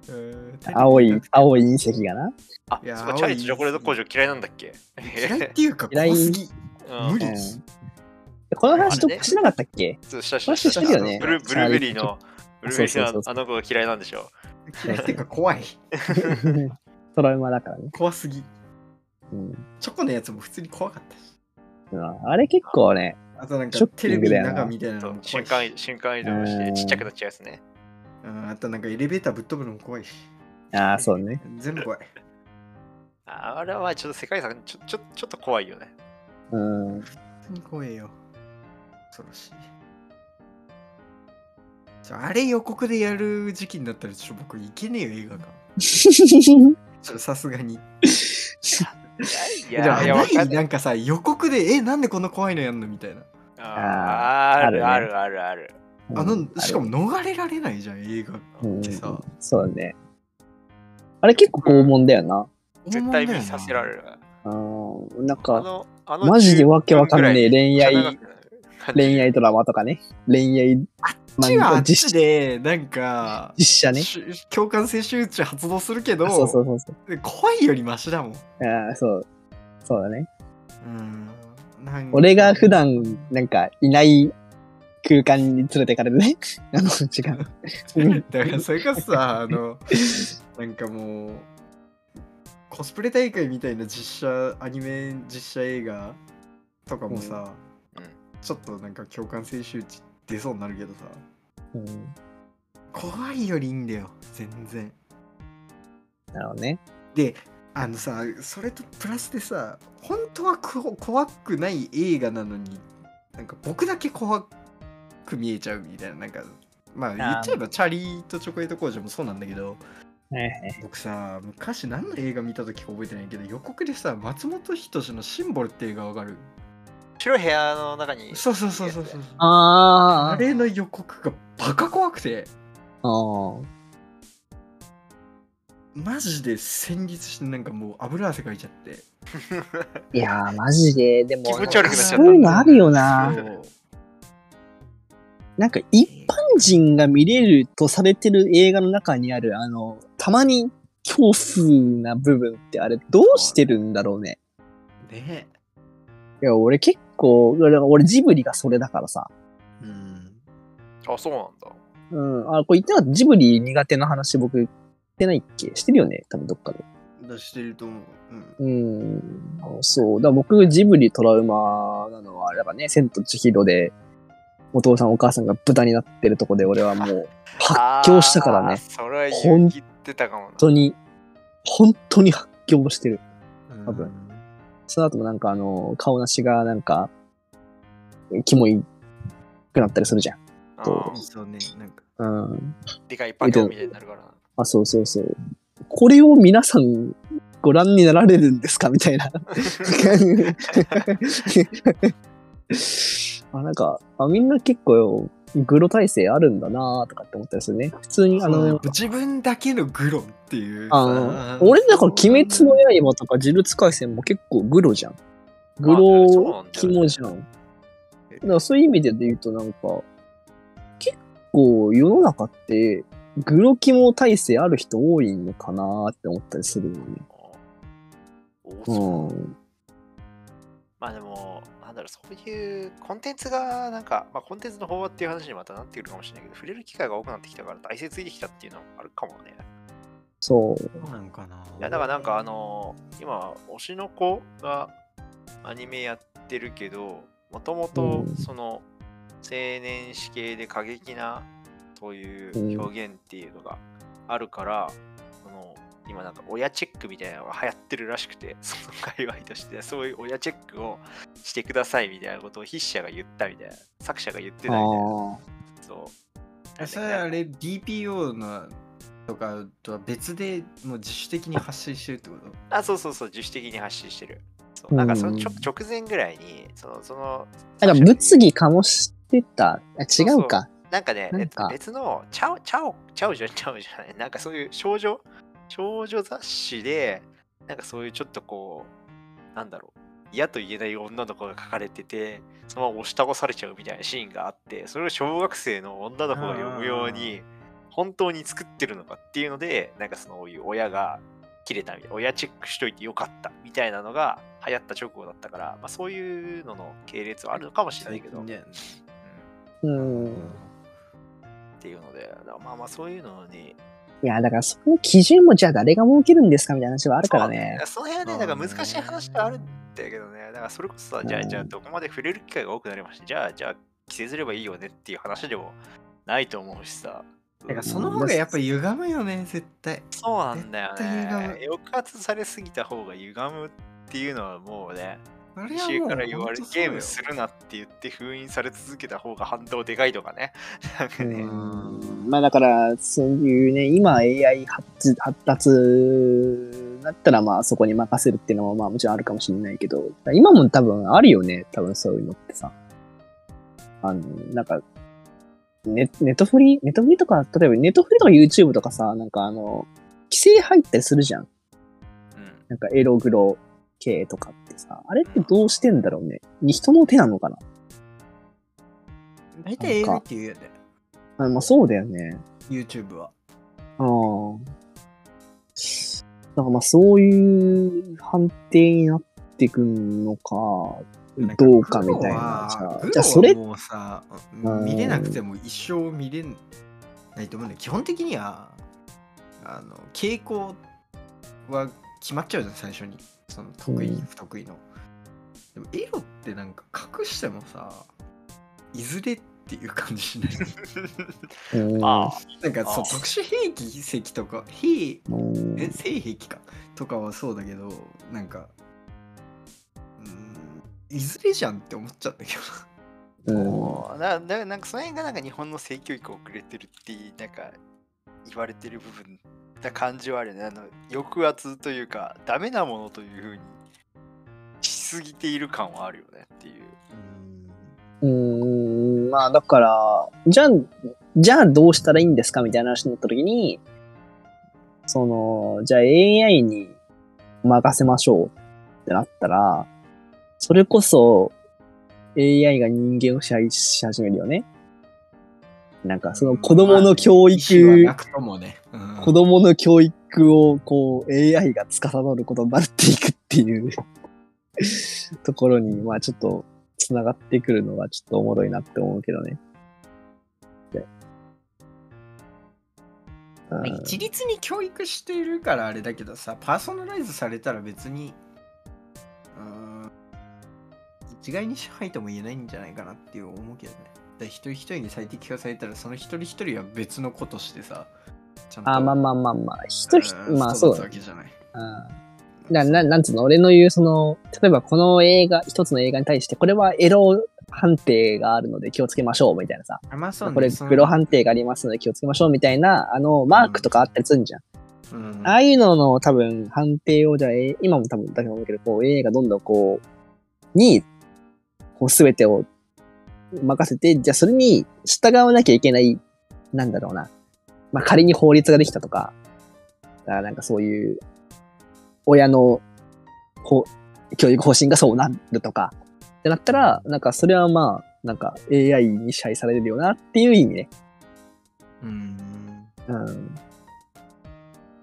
Speaker 2: うん
Speaker 5: 青い、
Speaker 2: い
Speaker 5: 青い隕石がな。
Speaker 4: あ
Speaker 2: いや
Speaker 4: そこ
Speaker 2: 青い
Speaker 4: チャリとチョコレート工場嫌いなんだっけ
Speaker 2: 嫌いっていうか
Speaker 5: 嫌い
Speaker 2: 怖すぎ
Speaker 4: うん
Speaker 2: 無
Speaker 5: う
Speaker 2: 理
Speaker 5: ん
Speaker 2: です、
Speaker 5: この話とかしなかったっ け
Speaker 4: そうしたし
Speaker 5: こ
Speaker 4: た
Speaker 5: れ
Speaker 4: し
Speaker 5: したた
Speaker 4: した
Speaker 5: よね。
Speaker 4: ブルブルーベリーの、ブルーベリー
Speaker 5: そうそ
Speaker 4: の
Speaker 5: うそ
Speaker 4: あ
Speaker 5: う
Speaker 4: の子が嫌いなんでしょ
Speaker 2: 嫌いっていうか怖い
Speaker 5: トラウマだからね。
Speaker 2: 怖すぎ
Speaker 5: うん
Speaker 2: チョコのやつも普通に怖かったし
Speaker 5: うんあれ結構ね、
Speaker 2: あとなん
Speaker 5: シ
Speaker 2: か
Speaker 5: ョッキ
Speaker 2: テ
Speaker 5: ン
Speaker 2: レ
Speaker 5: グ
Speaker 2: ビ
Speaker 5: だ
Speaker 2: の
Speaker 5: よな
Speaker 2: 中みたいなのも怖
Speaker 4: 瞬
Speaker 2: いし
Speaker 4: 間瞬間移動してちっちゃくなっちゃうやつね。
Speaker 2: うんあとなんかエレベーターぶっ飛ぶのも怖いし
Speaker 5: ああ、そうね。
Speaker 2: 全部怖い
Speaker 4: ああれはまあちょっと世界遺産ちょちょちょっと怖い よね。
Speaker 5: うん。
Speaker 2: 本当に怖えよ恐ろしいちょあれ予告でやる時期になったらちょっと僕行けねえよ映画館ちょっとさすがに
Speaker 4: い
Speaker 2: じゃ
Speaker 4: や
Speaker 2: あ
Speaker 4: いや
Speaker 2: な
Speaker 4: わか
Speaker 2: い
Speaker 4: んない
Speaker 2: なんかさ予告でえなんでこんな怖いのやんのみたいな、
Speaker 4: あーあ
Speaker 5: あるね
Speaker 4: るあるあるある。
Speaker 2: あの
Speaker 5: うん
Speaker 2: しかも逃れられないじゃん映画ってさ、
Speaker 5: うんそうだね。あれ結構拷問だよな。
Speaker 4: 絶対見させられる。
Speaker 5: うん。なん
Speaker 4: あ
Speaker 5: か、
Speaker 4: のあの
Speaker 5: マジでわけわかんねえ恋
Speaker 4: 10分ぐらい
Speaker 5: 愛、 恋愛ドラマとかね。恋愛
Speaker 2: こっちはあっち
Speaker 5: 実写
Speaker 2: でなんか、
Speaker 5: 実写ね。
Speaker 2: し共感性周知発動するけど
Speaker 5: そうそうそうそう。
Speaker 2: 怖いよりマシだもん
Speaker 5: ああ、そう。そうだね。
Speaker 2: うんなんか
Speaker 5: 俺が普段なんかいない空間に連れてかれるね。 あの、 違う。
Speaker 2: だからそれこそさ あのなんかもうコスプレ大会みたいな実写アニメ実写映画とかもさ、
Speaker 4: うんうん
Speaker 2: ちょっとなんか共感性周知出そうになるけどさ
Speaker 5: うん
Speaker 2: 怖いよりいいんだよ全然
Speaker 5: なるほどね。
Speaker 2: であのさそれとプラスでさ本当はこ怖くない映画なのになんか僕だけ怖く見えちゃうみたいななんかまあ言っちゃえばチャリとチョコレート工場もそうなんだけど
Speaker 5: はいはい。
Speaker 2: 僕さ昔何の映画見た時か覚えてないけど予告でさ松本人志の「シンボル」って映画わかる
Speaker 4: 白い部屋の中に
Speaker 2: そうそうそうそうそうあ
Speaker 5: あー
Speaker 2: れの予告がバカ怖くて
Speaker 5: あー。
Speaker 2: マジで戦慄してなんかもう油汗かいちゃって
Speaker 5: いやー、マジで、でも、
Speaker 4: 気持ち悪くなっちゃった
Speaker 5: そういうのあるよな。
Speaker 2: そう
Speaker 5: なんか一般人が見れるとされてる映画の中にある、あの、たまに恐怖な部分ってあれどうしてるんだろうね。
Speaker 2: ね
Speaker 5: いや、俺結構、俺俺ジブリがそれだからさ。
Speaker 2: うん
Speaker 4: あ、そうなんだ。
Speaker 5: うん。あ、これ言ってなかった。ジブリ苦手な話僕言ってないっけしてるよね多分どっかで。
Speaker 2: 出してると思う。うん。
Speaker 5: うん。あそう。だから僕、ジブリトラウマなのは、やっぱね、千と千尋で、お父さんお母さんが豚になってるとこで俺はもう、発狂したから
Speaker 4: あー
Speaker 5: ね。
Speaker 4: それは
Speaker 5: ほん
Speaker 4: 言ってたかも
Speaker 5: 本当に、本当に発狂してる。多分
Speaker 2: うん。
Speaker 5: その後もなんかあの、顔なしがなんか、キモいくなったりするじゃん。
Speaker 4: な。
Speaker 5: と
Speaker 4: うん
Speaker 2: そうね、なんか。
Speaker 5: うん。
Speaker 4: でかいパンみたいになるからな。
Speaker 5: あ、そうそうそう。これを皆さんご覧になられるんですかみたいな。 あなんかあ、みんな結構、グロ体制あるんだなとかって思ったりするね。普通に、あ
Speaker 2: そうねやっ
Speaker 5: の
Speaker 2: ぱ、自分だけのグロっていうさ。
Speaker 5: あの俺だから、鬼滅の刃とか呪術廻戦も結構グロじゃん。グ
Speaker 4: まあそうなんだよ
Speaker 5: ロ
Speaker 4: ね、
Speaker 5: キモじゃん。だからそういう意味で言うと、なんか、結構世の中って、グロキモ体制ある人多いのかなって思ったりするのね。
Speaker 4: おそう
Speaker 5: うん。
Speaker 4: まあでも、なんだろう、そういうコンテンツが、なんか、まあ、コンテンツの方法っていう話にまたなってくるかもしれないけど、触れる機会が多くなってきたから、大切にできたっていうのもあるかもね。
Speaker 5: そう。
Speaker 2: そうなんかな。
Speaker 4: いや、だからなんか、あのー今、推しの子がアニメやってるけど、もともと
Speaker 5: うん、
Speaker 4: その、青年誌系で過激な、と
Speaker 5: う
Speaker 4: い
Speaker 5: ん
Speaker 4: う表現っていうのがあるから、その、今なんか親チェックみたいなのが流行ってるらしくて、 その界隈として、そういう親チェックをしてくださいみたいなことを筆者が言ったみたいな、作者が言って
Speaker 5: あ
Speaker 4: たみたいな、
Speaker 5: あ。
Speaker 4: そう。
Speaker 2: えそれあれ DPO のとかとは別でもう自主的に発信してるってこと
Speaker 4: あ、そうそうそう、自主的に発信してる。そううんなんかそのちょ直前ぐらいに、その、その、
Speaker 5: なんか物議かもしてた。あ違うか。
Speaker 4: なんかね、
Speaker 5: なんか
Speaker 4: えっと別の、ちゃう、ちゃう、ちゃうじゃん、ちゃうじゃない、なんかそういう少女、少女雑誌で、なんかそういうちょっとこう、なんだろう、嫌と言えない女の子が書かれてて、そのまま押し倒されちゃうみたいなシーンがあって、それを小学生の女の子が読むように、本当に作ってるのかっていうので、なんかそういう親が切れたみたいな、親チェックしといてよかったみたいなのが流行った直後だったから、まあそういうのの系列はあるのかもしれないけど、
Speaker 2: ね。
Speaker 4: うん
Speaker 5: うん。
Speaker 4: っていうので、だからまあまあそういうのに。
Speaker 5: いや、だからその基準もじゃあ誰が設けるんですかみたいな話はあるからね。
Speaker 4: そうだからその辺はね、だから難しい話があるんだけどね、だからそれこそさ、じゃ
Speaker 5: う
Speaker 4: あ、
Speaker 5: ん
Speaker 4: じゃあどこまで触れる機会が多くなりましたじゃあ、じゃあ、規制すればいいよねっていう話でもないと思うしさ。
Speaker 2: だからその方がやっぱ歪むよね、絶対。
Speaker 4: そうなんだよ
Speaker 2: 絶対歪
Speaker 4: ね。抑圧されすぎた方が歪むっていうのはもうね、
Speaker 2: それは
Speaker 4: 週
Speaker 2: もう
Speaker 4: から言われ
Speaker 2: ほんとそう
Speaker 4: ゲ
Speaker 2: よ
Speaker 4: ームするなって言って封印され続けた方が反動でかいとかね。なんか
Speaker 5: う
Speaker 4: ね。
Speaker 5: んまあだから、そういうね、今 AI 発発達だったら、まあそこに任せるっていうのは、まあもちろんあるかもしれないけど、今も多分あるよね、多分そういうのってさ。あの、なんか、ネネットフリネットフリとか、例えばネットフリとか YouTube とかさ、なんかあの、規制入ったりするじゃん。
Speaker 4: うん
Speaker 5: なんかエログロ系とかってさ、あれってどうしてんだろうね。人の手なのかな
Speaker 2: 大体映画って言うよね、
Speaker 5: あまあそうだよね。
Speaker 2: YouTube は。
Speaker 5: ああ。なんかまあそういう判定になってくんのか、どうかみたいな。じゃあ
Speaker 2: グロは、
Speaker 5: じゃあそれ、
Speaker 2: グロはもうさ、
Speaker 5: うん
Speaker 2: 見れなくても一生見れないと思うんだよ。基本的には、あの、傾向は決まっちゃうじゃん、最初に。その得意、
Speaker 5: うん
Speaker 2: 不得意の。でも、エロってなんか隠してもさ、いずれっていう感 じしない
Speaker 5: うん
Speaker 4: あ
Speaker 2: なんかそう
Speaker 4: あー
Speaker 2: 特殊兵器石とか、兵
Speaker 5: うん
Speaker 2: え性癖かとかはそうだけどなんかうーんいずれじゃんって思っちゃうんだけ
Speaker 5: う
Speaker 2: ど
Speaker 5: ん
Speaker 4: なななんかその辺がなんか日本の性教育遅れてるっていうなんか言われてる部分な感じはあるよねあの抑圧というかダメなものというふうにしすぎている感はあるよねっていう
Speaker 5: うん、まあだから、じゃあ、じゃあどうしたらいいんですかみたいな話になった時に、その、じゃあ AI に任せましょうってなったら、それこそ AI が人間を支配し始めるよね。なんかその子供の教
Speaker 2: まあね意
Speaker 5: 育、
Speaker 2: 思はなくともね、うん
Speaker 5: 子供の教育をこう AI が司ることになっていくっていう ところに、まあちょっと繋がってくるのはちょっとおもろいなって思うけどね。でうん
Speaker 2: まあ一律に教育しているからあれだけどさパーソナライズされたら別にうーん一概に支配とも言えないんじゃないかなっていう思うけどねだから一人一人に最適化されたらその一人一人は別のことしてさちゃん
Speaker 5: あ、まあまあまあまあ、一人、
Speaker 2: うん
Speaker 5: まあそうだ
Speaker 2: 育つわ
Speaker 5: ね。
Speaker 2: けじゃない
Speaker 5: うんなななんつうの、俺の言う、その、例えばこの映画、一つの映画に対して、これはエロ判定があるので気をつけましょう、みたいなさ。
Speaker 2: あまあそうね
Speaker 5: これ、
Speaker 2: その
Speaker 5: プロ判定がありますので気をつけましょう、みたいな、あの、マークとかあったりするんじゃん。
Speaker 2: うん
Speaker 5: ああいうのの多分、判定を、じゃあ、え今も多分だけど思うけど、こう、映画どんどんこう、に、こう、すべてを任せて、じゃあそれに従わなきゃいけない、なんだろうな。まあ、仮に法律ができたとか、だからなんかそういう、親の、こう、教育方針がそうなるとか、ってなったら、なんかそれはまあ、なんか AI に支配されるよなっていう意味ね。
Speaker 2: うん
Speaker 5: うん。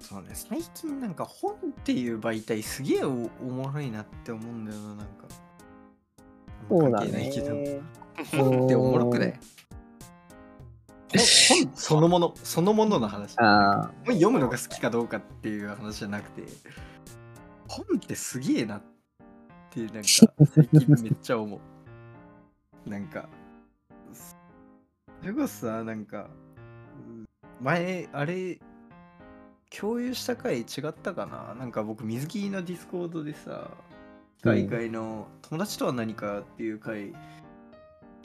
Speaker 2: そうね最近なんか本っていう媒体すげえおおもろいなって思うんだよななんか
Speaker 5: そうだ
Speaker 2: 関係ない
Speaker 5: ね
Speaker 2: け。ど
Speaker 5: 本
Speaker 2: でおもろくない本本そのものそのものの話
Speaker 5: ああ。
Speaker 2: 本読むのが好きかどうかっていう話じゃなくて本ってすげえなってなんか最近めっちゃ思うなんかそれこそさなんかうん前あれ共有した回違ったかななんか僕水木のディスコードでさ外界の友達とは何かっていう回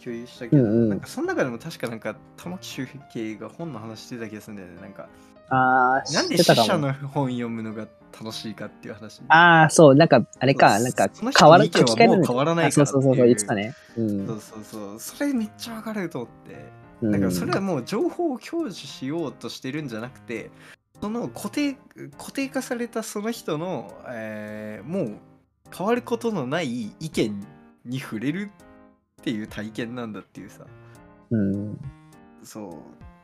Speaker 2: 共有したけど、
Speaker 5: うんうん
Speaker 2: なんかその中でも確かなんか玉木周平が本の話してた気がするんだよねなんか
Speaker 5: ああ、
Speaker 2: なんで
Speaker 5: 知って
Speaker 2: 死
Speaker 5: た
Speaker 2: 者
Speaker 5: かも。
Speaker 2: の本読むのが楽しいかっていう話。
Speaker 5: ああ、そう、なんか、あれか、
Speaker 2: そう
Speaker 5: なんか
Speaker 2: その、人
Speaker 5: 変わ
Speaker 2: の
Speaker 5: る、
Speaker 2: 意見
Speaker 5: 書き換え
Speaker 2: は
Speaker 5: ら
Speaker 2: も
Speaker 5: れ
Speaker 2: う
Speaker 5: る
Speaker 2: 変わらない
Speaker 5: あそ
Speaker 2: から
Speaker 5: うそうそう、
Speaker 2: っていう
Speaker 5: 言ってたね。う
Speaker 2: そ
Speaker 5: ん。
Speaker 2: うそうそう。それめっちゃわかると思って。
Speaker 5: うん
Speaker 2: だからそれはもう情報を享受しようとしてるんじゃなくて、その固定固定化されたその人の、えーもう変わることのない意見に触れるっていう体験なんだっていうさ。
Speaker 5: うん。
Speaker 2: そう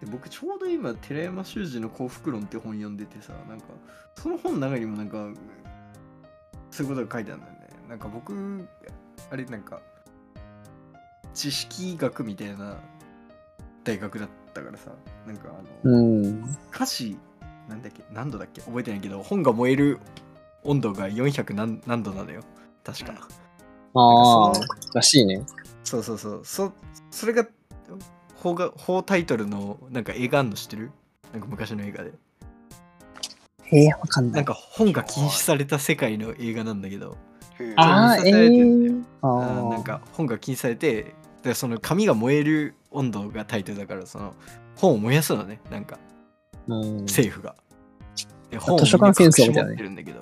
Speaker 2: で僕ちょうど今寺山修司の幸福論って本読んでてさなんかその本の中にもなんかそういうことが書いてあるんだよねなんか僕あれなんか知識学みたいな大学だったからさなんかあの、
Speaker 5: うん。
Speaker 2: 歌詞なんだっけ何度だっけ覚えてないけど本が燃える温度が400何何度なのよ確か、
Speaker 4: うん
Speaker 5: ああ
Speaker 2: なんかその、
Speaker 5: らしいね。
Speaker 2: そうそうそうそそれが法が法タイトルのなんか映画あんの知ってるなんか昔の映画で
Speaker 5: へえ、わかんな
Speaker 2: なん
Speaker 5: い。
Speaker 2: か本が禁止された世界の映画なんだけど
Speaker 4: うん
Speaker 5: ああ、
Speaker 2: そ
Speaker 5: え
Speaker 2: れ
Speaker 5: え
Speaker 2: に刺されてるんだよ
Speaker 5: ー。あ
Speaker 2: あー
Speaker 5: あ
Speaker 2: なんか本が禁止されてでその紙が燃える温度がタイトルだからその本を燃やすのねなんか
Speaker 5: うん
Speaker 2: 政府が。で本を
Speaker 5: 図書館戦争みたいなね
Speaker 2: 隠し持ってるんだけど、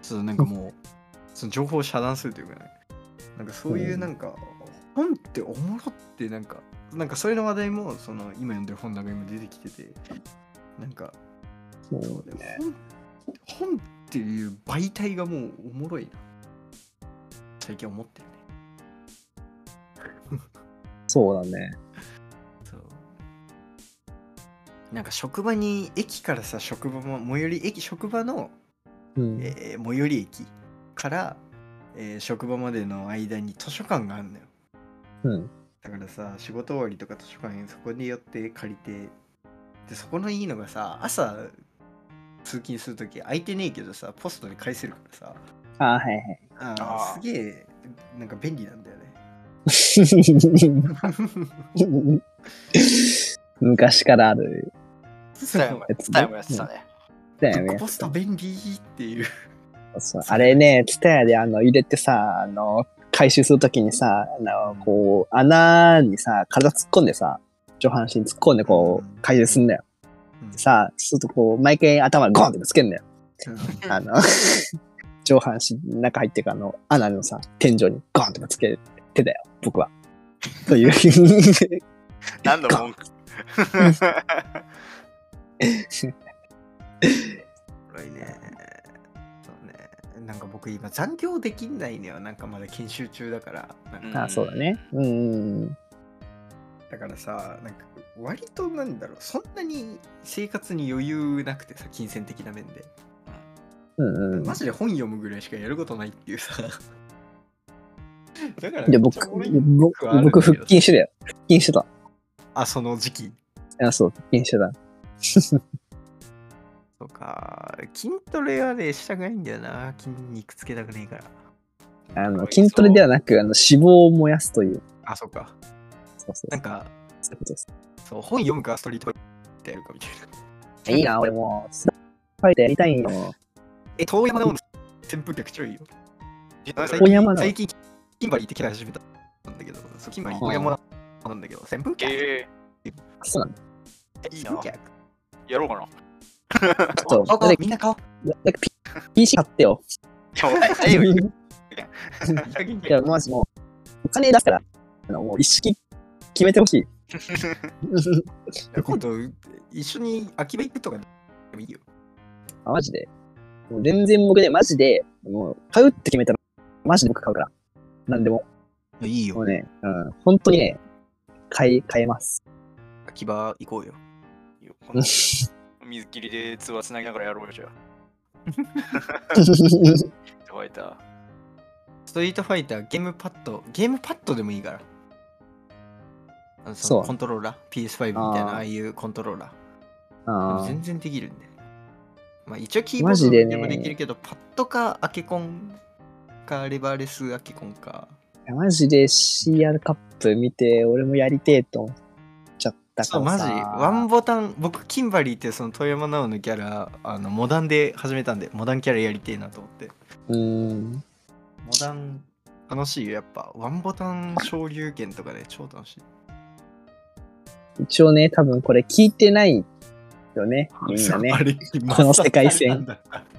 Speaker 2: そうなんかもうその情報を遮断するというかねなんかそういううんなんか、本っておもろってなんかなんかそれの話題もその今読んでる本の中にも出てきててなんか
Speaker 5: そう
Speaker 2: でも本本っていう媒体がもうおもろいな最近思ってるね
Speaker 5: そうだね。
Speaker 2: そうなんか職場に駅からさ職場も最寄り駅職場の
Speaker 5: うん。
Speaker 2: えー最寄り駅から、えー職場までの間に図書館があるのよ
Speaker 5: うん。
Speaker 2: だからさ仕事終わりとか図書館にそこに寄って借りてでそこのいいのがさ朝通勤する時空いてねえけどさポストで返せるからさ
Speaker 5: ああ、はいはい。
Speaker 2: あー
Speaker 4: あー
Speaker 2: すげえなんか便利なんだよね
Speaker 5: 昔からある
Speaker 2: そ
Speaker 4: ツタヤも
Speaker 2: う
Speaker 4: やツタヤもやってたね。
Speaker 5: だ
Speaker 2: ブ
Speaker 5: よ
Speaker 2: ック
Speaker 5: ね
Speaker 2: ポ。スト便利っていう
Speaker 5: そうあれね、ツタヤであの入れてさ、あの、回収するときにさ、あの、こう、穴にさ、体突っ込んでさ、上半身突っ込んでこ
Speaker 2: うん
Speaker 5: う、回収すんだよ。さあ、そうするとこう、毎回頭にゴンってぶつけんだよ。
Speaker 2: うん
Speaker 5: あの、 上半身中入ってからの穴のさ、天井にゴンってぶつけてたよ、僕は。という。
Speaker 4: 何の文句
Speaker 2: 辛いね。そうね。なんか僕今残業できないのよ。なんかまだ研修中だから。なんか
Speaker 4: うん
Speaker 5: あ、そうだね。うんうん。
Speaker 2: だからさ、なんか割となんだろう、そんなに生活に余裕なくてさ、金銭的な面で。
Speaker 5: うんうん。
Speaker 2: マジで本読むぐらいしかやることないっ ていうさ。だから
Speaker 5: いや、
Speaker 2: めっ
Speaker 5: 僕
Speaker 2: ちゃおもろい、
Speaker 5: 僕、僕腹筋してたよ。腹筋してた。
Speaker 2: あ、その時期。
Speaker 5: あ、そう、腹筋してた。
Speaker 2: そうか、筋トレはね、したくないんだよな。筋肉つけたくねえから。
Speaker 5: あの、筋トレではなく、あの、脂肪を燃やすという。
Speaker 2: あ、そうか。
Speaker 5: そうそう。
Speaker 2: なん、か、
Speaker 5: そういうことです。
Speaker 2: そう、本読むか、ストリートってやるかみたいな。
Speaker 5: いいな、俺も。スパイでやりたいよ。
Speaker 2: え、遠山でも扇風客超いいよ。
Speaker 4: え
Speaker 5: 遠山なの
Speaker 2: 最近、キンバリーって来始めたんだけど、そうキンバリー
Speaker 5: あー
Speaker 2: 遠山なんだけど、扇風客
Speaker 4: え
Speaker 5: そうなんだ。
Speaker 4: いい
Speaker 2: 扇
Speaker 4: な
Speaker 2: 風。客
Speaker 4: やろうかな。
Speaker 5: ちょっ
Speaker 2: 顔
Speaker 5: と、
Speaker 2: 顔
Speaker 5: 誰か
Speaker 2: みんな顔
Speaker 5: PC 買ってよ。
Speaker 4: いやもう
Speaker 5: い
Speaker 2: いい加減に
Speaker 5: や、マジもう、お金出すから、あのもう一式決めてほし い。
Speaker 2: 今度、一緒に秋葉行くとかでもいいよ。
Speaker 5: あ、マジで。もう全然僕ね、マジで、もう、買うって決めたら、マジで僕買うから。なんでも。
Speaker 2: いい
Speaker 5: も。うね、うん、本当にね、買い、買え ます。
Speaker 2: 秋葉行こうよ。
Speaker 4: いいよこの水切りで通話つなぎながらやろうよ、じゃあ。ホワイター。
Speaker 2: ストリートファイター、ゲームパッド、ゲームパッドでもいいから。あの
Speaker 5: そう
Speaker 2: コントローラー、PS5 みたい
Speaker 5: あ
Speaker 2: な、
Speaker 5: ー
Speaker 2: ああいうコントローラー。でも
Speaker 5: あ
Speaker 2: 全然できるんで。まあ、一応キーボ
Speaker 5: マ
Speaker 2: ード
Speaker 5: ジ
Speaker 2: で
Speaker 5: でね
Speaker 2: もできるけど、パッドかアケコンか、レバーレスアケコンか。
Speaker 5: あ、マジで CR カップ見て、俺もやりてえと思っちゃった
Speaker 2: そ
Speaker 5: か
Speaker 2: う、
Speaker 5: ら
Speaker 2: マジ、
Speaker 5: さ。
Speaker 2: ワンボタン、僕、キンバリーってその遠山直のキャラ、あの、モダンで始めたんで、モダンキャラやりてえなと思って。
Speaker 5: うん。
Speaker 2: モダン、楽しいよ、やっぱ。ワンボタン昇竜拳とかで超楽しい。。
Speaker 5: 一応ね、多分これ聞いてないよね、みんなね
Speaker 2: れ
Speaker 5: この世界 線。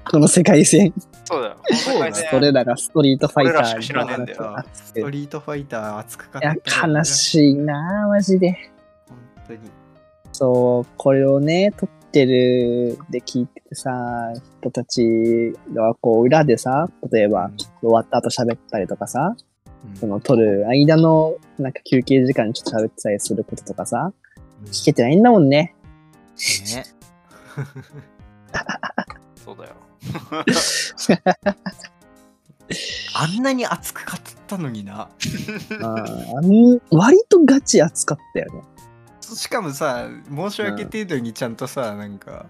Speaker 5: この世界線。
Speaker 4: そうだよ。
Speaker 2: そうだよ
Speaker 5: それらがストリートファイター
Speaker 4: 俺らしか知らねえんだよ
Speaker 5: あ
Speaker 2: ストリートファイター熱く語っ
Speaker 5: いや
Speaker 2: た、
Speaker 5: 悲しいなあマジで。
Speaker 2: 本当に。
Speaker 5: そう、これをね、撮ってるで聞いててさ、人たちはこう裏でさ、例えば終わった後喋ったりとかさ、その撮る間のなんか休憩時間にちょっと喋ってたりすることとかさ、聞けてないんだもん ね。
Speaker 2: ね。
Speaker 4: そうだよ。
Speaker 2: あんなに熱く語ったのにな。
Speaker 5: うんあん割とガチ扱ったよね。
Speaker 2: しかもさ、申し訳程度にちゃんとさ、なんか、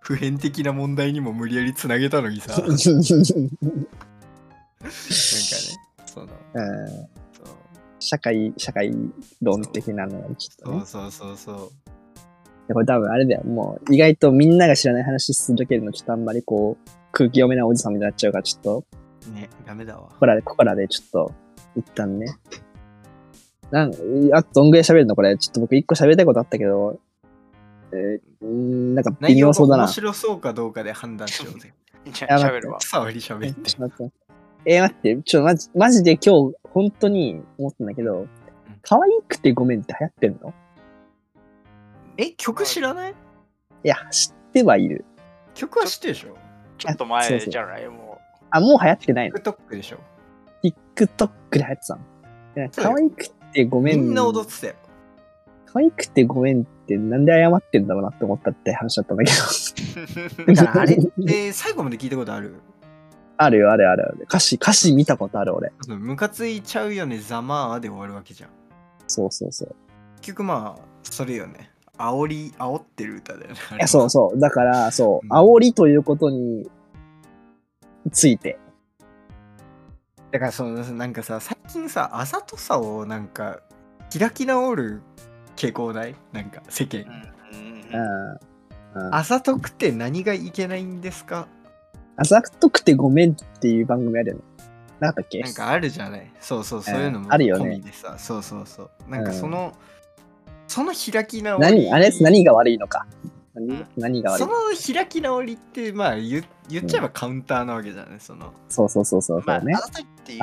Speaker 2: 普遍的な問題にも無理やりつなげたのにさ、なんかね、そ の、
Speaker 5: うん
Speaker 2: そう
Speaker 5: 社会、社会論的なのがちょっと
Speaker 2: そ
Speaker 5: ね
Speaker 2: う。そうそうそう。
Speaker 5: でこれ多分あれだよ、もう意外とみんなが知らない話するけど、ちょっとあんまりこう、空気読めないおじさんみたいになっちゃうから、ちょっと、
Speaker 2: ね、ダメだわ
Speaker 5: こ。こらで、ここらでちょっと、一旦ね。なん、あとどんぐらい喋るのこれ、ちょっと僕一個喋りたいことあったけど、えー、うーんなんか微
Speaker 2: 内容
Speaker 5: 妙
Speaker 2: が
Speaker 5: そうだな。
Speaker 2: 面
Speaker 5: ち
Speaker 2: 白そうかどうかで判断しよう ぜ。
Speaker 4: じゃ
Speaker 5: や
Speaker 4: あ、
Speaker 5: ばい
Speaker 4: 喋るわ。
Speaker 2: 触り喋
Speaker 5: ょっ
Speaker 2: って。
Speaker 5: と待って。 えー、待って、ちょ、マジ、マジで今日、本当に思ったんだけど、可愛くてごめんって流行ってんの
Speaker 2: え、曲知らない
Speaker 5: いや、知ってはいる。
Speaker 2: 曲は知ってるでしょ
Speaker 4: ちょっと前じゃないも
Speaker 5: あ、もう流行ってないの
Speaker 2: ?TikTok でしょ
Speaker 5: TikTok で流行ってたの。いや
Speaker 2: そうだ
Speaker 5: 可
Speaker 2: よ
Speaker 5: 愛くてごめ
Speaker 2: み
Speaker 5: ん。
Speaker 2: んな踊ってたよ。
Speaker 5: 可愛くてごめんってなんで謝ってんだろうなって思ったって話だったんだけど。
Speaker 4: う。
Speaker 2: だからあ れって最後まで聞いたことある
Speaker 5: あるよ、あるよあるよある。歌詞、歌詞見たことある俺。
Speaker 2: そのムカついちゃうよね、ざまーで終わるわけじゃん。
Speaker 5: そうそうそう。
Speaker 2: 結局まあ、それよね。煽り、煽ってる歌だよね。
Speaker 5: いや、そうそう。だから、そう、
Speaker 2: うん
Speaker 5: 煽りということについて。
Speaker 2: だからその、なんかさ、最近さ、あざとさをなんか、開き直る傾向ないなんか、世間。
Speaker 4: うん
Speaker 5: うん。うん、あ
Speaker 2: あざとくて何がいけないんですか
Speaker 5: ざとくてごめんっていう番組あるよね。なかったっけ
Speaker 2: なんかあるじゃないそうそう、そういうのも
Speaker 5: あるよね
Speaker 2: 込みでさ、そうそうそう。なんかその、その開き直り。
Speaker 5: 何あれ何が悪いのか。何何が悪い
Speaker 2: その
Speaker 5: の
Speaker 2: 開き直りって、まあ言言っちゃえばカウンターなわけじゃない、その。
Speaker 5: そうそうそうそう
Speaker 4: まあ、
Speaker 5: そう
Speaker 4: あ
Speaker 5: ね
Speaker 4: な。たっていう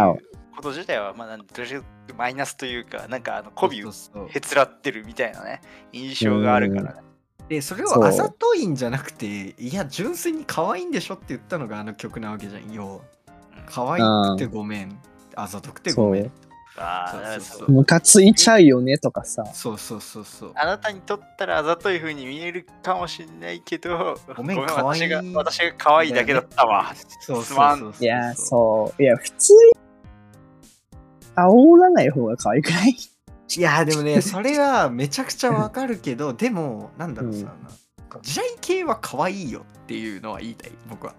Speaker 4: こと自体は、まあ、なんどちらかというとマイナスというか、なんか、あの、媚び
Speaker 2: そう
Speaker 4: を
Speaker 2: そう
Speaker 4: へつらってるみたいなね、印象があるからね。
Speaker 2: で、それ
Speaker 5: そう
Speaker 2: をあざといんじゃなくて、いや、純粋に可愛いんでしょって言ったのがあの曲なわけじゃん。よう、可愛くてごめん。あざとくてごめん。
Speaker 4: あ
Speaker 2: そう
Speaker 4: ーだか
Speaker 2: そ
Speaker 4: ら
Speaker 2: うそ
Speaker 4: そ
Speaker 2: う
Speaker 5: ムカついちゃうよねとかさ。
Speaker 2: そうそうそうそう。
Speaker 4: あなたにとったらあざとい風に見えるかもしれないけど、
Speaker 2: ごめん可愛い
Speaker 4: 私が私が可愛いだけだったわ。
Speaker 2: そうそう
Speaker 4: すまん
Speaker 2: そうそう。
Speaker 5: いや、そう。いや、普通に、煽らない方が可愛くない
Speaker 2: いやでもねそれはめちゃくちゃわかるけどでもなんだろうさ、
Speaker 5: うん
Speaker 2: なんか時代系は可愛いよっていうのは言いたい僕は。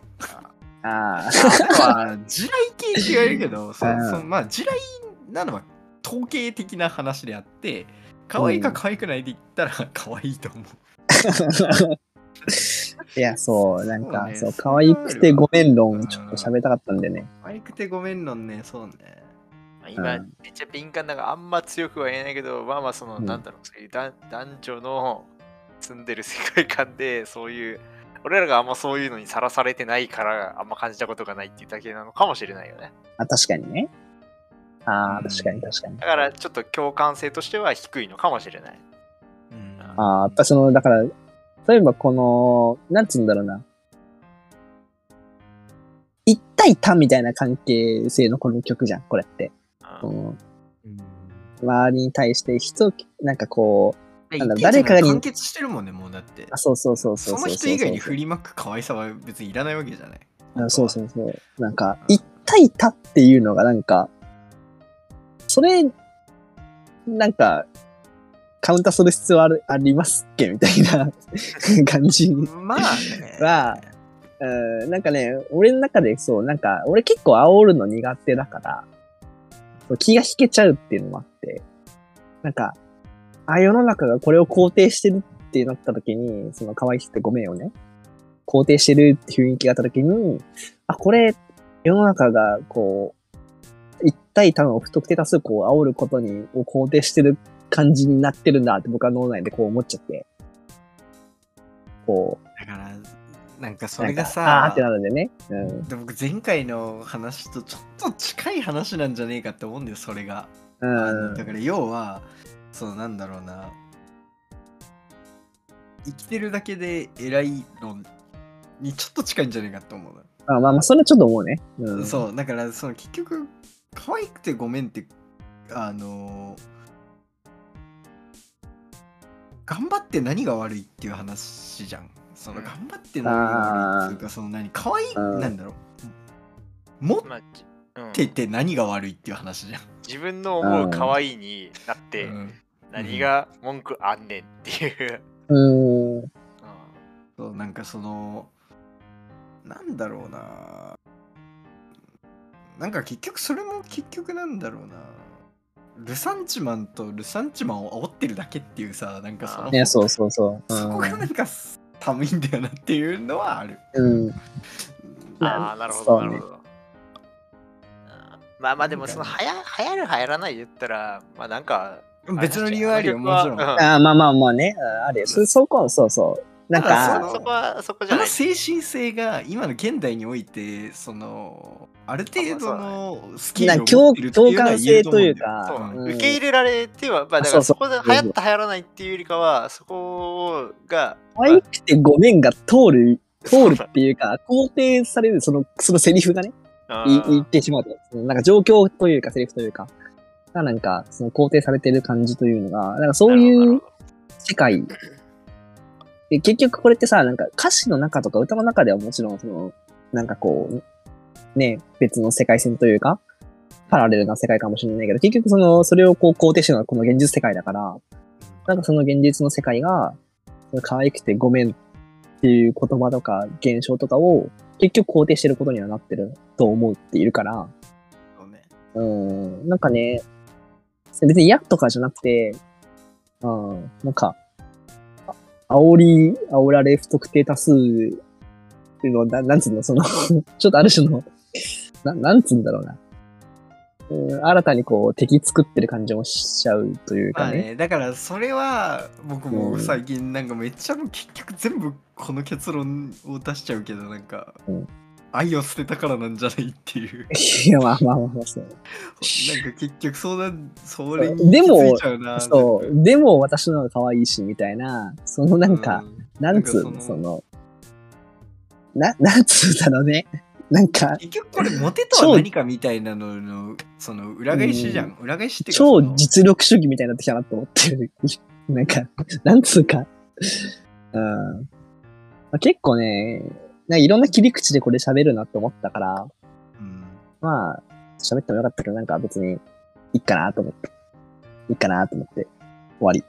Speaker 5: ああ、
Speaker 2: まあ、地雷系って言われるけど、そ
Speaker 5: うん
Speaker 2: そのまあ、地雷なのは統計的な話であって、可愛いか可愛くないで言ったら 可愛いと思う。
Speaker 5: いや、そう、なんか、
Speaker 2: そ
Speaker 5: そう
Speaker 2: ね
Speaker 5: う、可愛くてごめん論、ちょっと喋りたかったんでね。
Speaker 2: 可愛くてごめんのね、そうね。
Speaker 4: まあ今、
Speaker 5: う
Speaker 4: めっちゃ敏感だからあんま強くは言えないけど、まあまあその、
Speaker 5: うん
Speaker 4: なんだろう、そういうだ男女の住んでる世界観で、そういう、俺らがあんまそういうのにさらされてないから、あんま感じたことがないっていうだけなのかもしれないよね。
Speaker 5: あ、確かにね。あ
Speaker 2: う
Speaker 5: あ、
Speaker 2: ん
Speaker 5: 確かに確かに。
Speaker 4: だからちょっと共感性としては低いのかもしれない。
Speaker 2: うん
Speaker 5: ああ、やっぱその、だから、例えばこの、なんつうんだろうな。一対多みたいな関係性のこの曲じゃん、これって。
Speaker 4: う
Speaker 5: こ
Speaker 4: ん
Speaker 5: の
Speaker 2: うん
Speaker 5: 周りに対して人、なんかこう、なんだ
Speaker 2: 一定数
Speaker 5: 誰かに
Speaker 2: 完結してるもんね、もうだって
Speaker 5: あ、。そうそうそうそう
Speaker 2: そうの
Speaker 5: うう
Speaker 2: 人以外に振りまく可愛さは別にいらないわけじゃない。
Speaker 5: あそうそうそう。なんか、
Speaker 2: うん
Speaker 5: 一対多っていうのがなんか、それ、なんか、カウンターする必要あるありますっけみたい な感じに。
Speaker 2: まあね。
Speaker 5: まあうんなんかね、俺の中でそう、なんか、俺結構煽るの苦手だから、そう気が引けちゃうっていうのもあって、なんか、あ、世の中がこれを肯定してるってなった時に、その可愛くてごめんよね。肯定してるって雰囲気があった時に、あ、これ、世の中がこう、一対多の不特定多数こう煽ることに、を肯定してる感じになってるんだって僕は脳内でこう思っちゃって、こう、
Speaker 2: だから、なんかそれが
Speaker 5: なんかあー
Speaker 2: さ
Speaker 5: って、なるんでね。うん。
Speaker 2: で僕前回の話とちょっと近い話なんじゃねえかって思うんだよ、それが。
Speaker 5: う
Speaker 2: あの
Speaker 5: ん。
Speaker 2: だから要はそのなんだろうな生きてるだけで偉い論にちょっと近いんじゃないかと思うの、
Speaker 5: あまあまあ、それはちょっと思うね。うん、
Speaker 2: そうだからその結局可愛くてごめんってあの頑張って何が悪いっていう話じゃんその
Speaker 4: うん
Speaker 2: 頑張って何が悪いっていうかその何可愛い
Speaker 5: うん
Speaker 2: なんだろう持っ
Speaker 4: まあじうん
Speaker 2: てて何が悪いっていう話じゃん、
Speaker 4: 自分の思う可愛いになって、
Speaker 2: うん
Speaker 4: 何が文句あんねんっていう。
Speaker 5: うーん。
Speaker 4: う
Speaker 2: そうなんかそのなんだろうななんか結局それも結局なんだろうなルサンチマンとルサンチマンを煽ってるだけっていうさなんかその
Speaker 5: いや、そうそうそう。
Speaker 2: そこがなんか寒いんだよなっていうのはある
Speaker 5: うん。うん。
Speaker 4: ん、
Speaker 5: な
Speaker 4: ああ、なる
Speaker 5: そ
Speaker 4: ほど、
Speaker 5: う
Speaker 4: な
Speaker 5: ね
Speaker 4: るほど。うんまあまあでもそのはや流行る流行らない言ったらまあなんか
Speaker 2: 別の理由はあるよもちろん、
Speaker 4: あの曲は
Speaker 5: あーまあまあまあね。あーあるよ。そ、そこは、そうそう。なん
Speaker 2: あ
Speaker 4: う
Speaker 5: か、
Speaker 2: の
Speaker 4: んそこはそこじ
Speaker 2: そ
Speaker 4: ゃな
Speaker 2: の
Speaker 4: い
Speaker 2: 精神性が今の現代においてそのある程度のスキル
Speaker 5: な
Speaker 2: を
Speaker 5: んか
Speaker 2: 持っ
Speaker 5: 共
Speaker 2: てるってい
Speaker 5: 共
Speaker 2: うのは
Speaker 5: 感
Speaker 2: 言
Speaker 5: 性
Speaker 2: えると思
Speaker 5: と
Speaker 2: うん
Speaker 5: いう
Speaker 2: だよ
Speaker 5: か
Speaker 4: そう、
Speaker 2: うん
Speaker 4: 受け入れられては、まあ、だか
Speaker 5: そう
Speaker 4: ら
Speaker 5: そ
Speaker 4: そうこで流行った流行らないっていうよりかはそこが
Speaker 5: 可愛くてごめんが通る、通るっていうか、肯定される、その、そのセリフがね、
Speaker 4: まあ
Speaker 5: い
Speaker 4: うん
Speaker 5: 言ってしまうと。そのなんか状況というか、セリフというか、がなんか、その肯定されてる感じというのが、なんかそう
Speaker 4: なる
Speaker 5: い
Speaker 4: ほ
Speaker 5: う
Speaker 4: ど
Speaker 5: 世界。で結局これってさ、なんか歌詞の中とか歌の中ではもちろん、その、なんかこう、ね、別の世界線というか、パラレルな世界かもしれないけど、結局その、それをこう肯定してるのはこの現実世界だから、なんかその現実の世界が、その可愛くてごめんっていう言葉とか現象とかを結局肯定してることにはなってると思っているから、
Speaker 2: そうね
Speaker 5: うん、なんかね、別に嫌とかじゃなくて、うん、なんか、あ煽り、煽られ不特定多数っていうのな、なんつうの、そ の、ちょっとある種の、ななんつうんだろうな。うん、新たにこう敵作ってる感じもしちゃうという
Speaker 2: ま
Speaker 5: か
Speaker 2: あ
Speaker 5: ね。
Speaker 2: ね、だからそれは僕も
Speaker 5: うん
Speaker 2: 最近なんかめっちゃもう結局全部この結論を出しちゃうけどなんか、
Speaker 5: うん
Speaker 2: 愛を捨てたからなんじゃないっていう
Speaker 5: いや、まあまあまあまあ、そう。
Speaker 2: なんか結局そうだそれに
Speaker 5: でも
Speaker 2: 気づいちゃうな
Speaker 5: そう。でも私の方が可愛いし、みたいな、そのな
Speaker 2: 全部
Speaker 5: んか、
Speaker 2: う
Speaker 5: なんつう
Speaker 2: なん
Speaker 5: の、
Speaker 2: か
Speaker 5: そ
Speaker 2: その
Speaker 5: の、な、なんつうんだろうね。なんか、
Speaker 2: 結局これモテとは何かみたいなののその裏返しじゃん、裏返しっていうか
Speaker 5: 超
Speaker 2: その
Speaker 5: 実力主義みたいになってきたなと思ってる。 なんか、なんつうか。うん。まあ、結構ね、なんかいろんな切り口でこれ喋るなと思ったから、
Speaker 2: うん
Speaker 5: まあ、喋ってもよかったけど、なんか別に、いいかなと思って。いいかなと思って、終わり。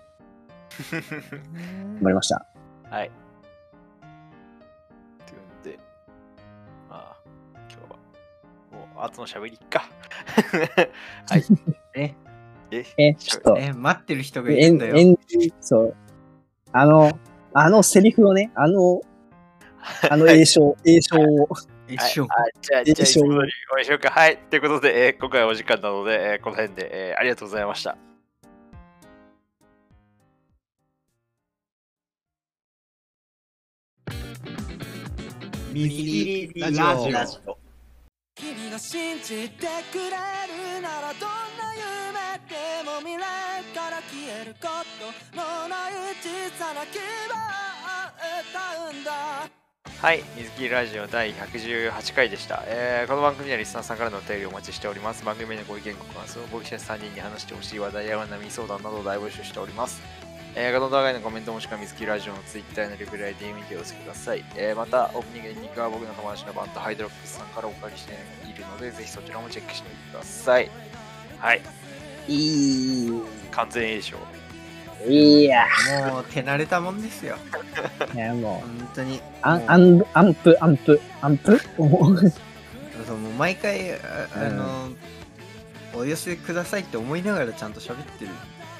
Speaker 5: 頑張りました。
Speaker 4: はいもう後のしゃべりっか。 はい。
Speaker 2: ね。
Speaker 4: え、
Speaker 5: え、ちょっと、
Speaker 2: え、待ってる人がい
Speaker 5: え
Speaker 2: るん
Speaker 5: ん、
Speaker 2: だ
Speaker 5: え
Speaker 2: よ。
Speaker 5: ん、そう。あの、あのセリフをね、あの、あの栄唱、栄唱 を。
Speaker 2: 一生
Speaker 4: はいあじゃあ、じゃあ、い
Speaker 5: 一生
Speaker 4: つも通りお会いしようか。はい。ということで、えー今回はお時間なので、えーこの辺で、えーありがとうございました。
Speaker 2: ミリラジオ。
Speaker 1: 君が信じてくれるならどんな夢でも未来から消えることのない小さな希望を歌うんだ
Speaker 4: はい、水切りラジオ第118回でした、えーこの番組ではリスナーさんからのお便りをお待ちしております。番組へのご意見、ご感想、ご記者3人に話してほしい話題や悩み相談などを大募集しております。えー、この動画へのコメントもしくは水切りラジオの Twitter へのリプライ DM にてお寄せください。えーまた、オープニングエンディングは僕の友達のバンドハイドロックスさんからお借りしているので、ぜひそちらもチェックしてみてください。はい、
Speaker 5: い
Speaker 4: 完全栄唱。
Speaker 5: い、いや、
Speaker 2: もう手慣れたもんですよ。
Speaker 5: いやもう、
Speaker 2: 本当に。
Speaker 5: アン
Speaker 2: も、う
Speaker 5: アン、アンプ、アンプ、アンプ。
Speaker 2: そうもう毎回ああ
Speaker 5: うん
Speaker 2: の、お寄せくださいって思いながらちゃんと喋ってる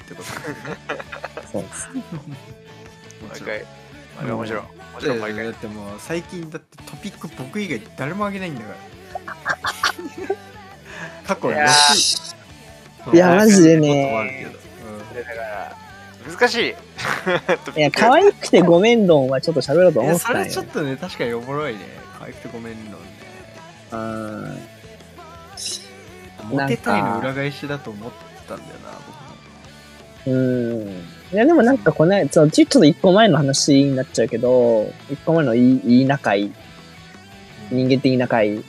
Speaker 2: ってことだよね。
Speaker 5: そうです。
Speaker 2: も
Speaker 4: 毎
Speaker 2: ちろん
Speaker 4: 回、毎回面白い。もちろん毎
Speaker 2: いやいやだ
Speaker 4: 回。
Speaker 2: ってもう最近だってトピック僕以外誰もあげないんだ から。過去
Speaker 4: いやー
Speaker 2: 6
Speaker 5: いやマジでね
Speaker 4: だから、難しい。
Speaker 5: いや、可愛くてごめんどんはちょっと喋ろうと
Speaker 2: い
Speaker 5: 思
Speaker 2: や
Speaker 5: っ
Speaker 2: そ
Speaker 5: たん
Speaker 2: れ
Speaker 5: よ
Speaker 2: ちょっ。とね確かにおもろいね可愛くてごめんのね
Speaker 5: うん
Speaker 2: モテたいの裏返しだと思ったんだよな
Speaker 5: うん。いや、でもなんかこの間、そうちょっと一個前の話になっちゃうけど、一個前のいいいい仲いい、
Speaker 2: 僕も、うん
Speaker 5: 人間的仲いい、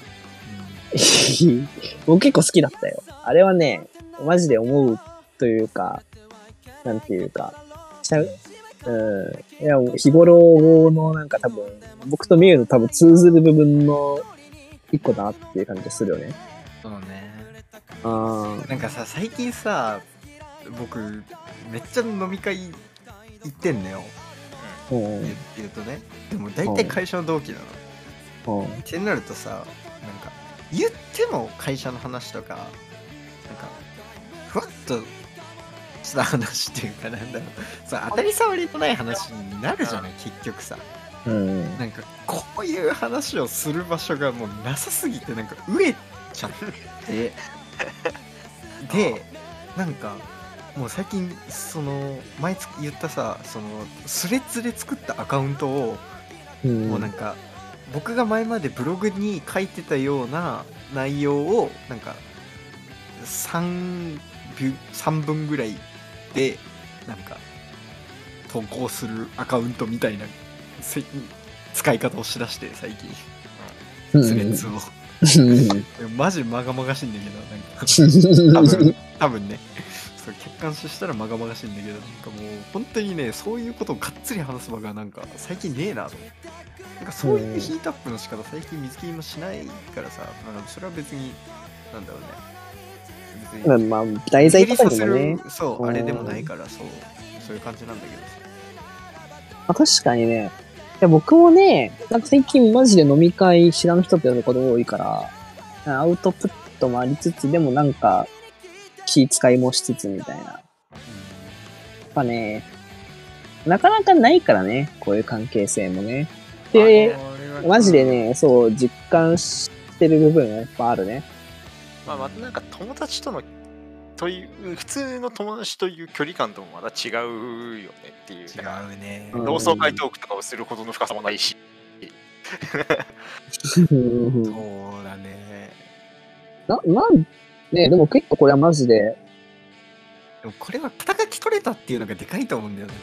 Speaker 5: 僕結構好きだったよ。あれはね、マジで思うというか、なんていうか、しゃうん。いや、日頃のなんか多分、僕とミュウの多分通ずる部分の一個だなっていう感じがするよね。
Speaker 2: そうね
Speaker 5: あ
Speaker 2: なんかさ最近さ僕めっちゃ飲み会行ってんのよ、
Speaker 5: あ。うん。
Speaker 2: 言う言うとねでも大体会社の同期なの、
Speaker 5: うん。
Speaker 2: ってなるとさなんか言っても会社の話とかなんかふわっとした話っていうかなんだろうさ当たり障りのない話になるじゃない結局さ
Speaker 5: うん。
Speaker 2: なんかこういう話をする場所がもうなさすぎてなんか飢えちゃ ってでなんかもう最近その前つ言ったさそのスレッズで作ったアカウントを
Speaker 5: うん。
Speaker 2: もうなんか僕が前までブログに書いてたような内容をなんか 3, 分3分ぐらいでなんか投稿するアカウントみたいなせ使い方をしだして最近
Speaker 5: うん
Speaker 2: スレッズを
Speaker 5: うん
Speaker 2: マジまがまがしいんだけどなんか多
Speaker 5: う
Speaker 2: 分多分ねそう客観視したらまがまがしいんだけどなんかもう本当にねそういうことをがっつり話す場がなんか最近ねえなと思ってなんかそういうヒートアップの仕方最近水切りもしないからさあのそれは別になんだろうね別に
Speaker 5: ん。まあ、題材とか
Speaker 2: さ
Speaker 5: に
Speaker 2: せ
Speaker 5: もね
Speaker 2: る。そう
Speaker 5: うん
Speaker 2: あれでもないからそうそういう感じなんだけどさ
Speaker 5: まあ、確かにね。いや僕もね、なんか最近マジで飲み会知らん人ってやること多いから、アウトプットもありつつ、でもなんか気遣いもしつつみたいな。やっぱね、なかなかないからね、こういう関係性もね。で、マジでね、そう、実感してる部分がやっぱあるね。
Speaker 4: まあ、またなんか友達とのという普通の友達という距離感ともまた違うよねっていう
Speaker 2: 違
Speaker 4: なんか
Speaker 2: うね
Speaker 5: うん
Speaker 4: 同窓会トークとかをするほどの深さもないし
Speaker 2: そうだね
Speaker 5: な、なん、ね、でも結構これはマジで、
Speaker 2: でもこれは肩書き取れたっていうのがでかいと思うんだよね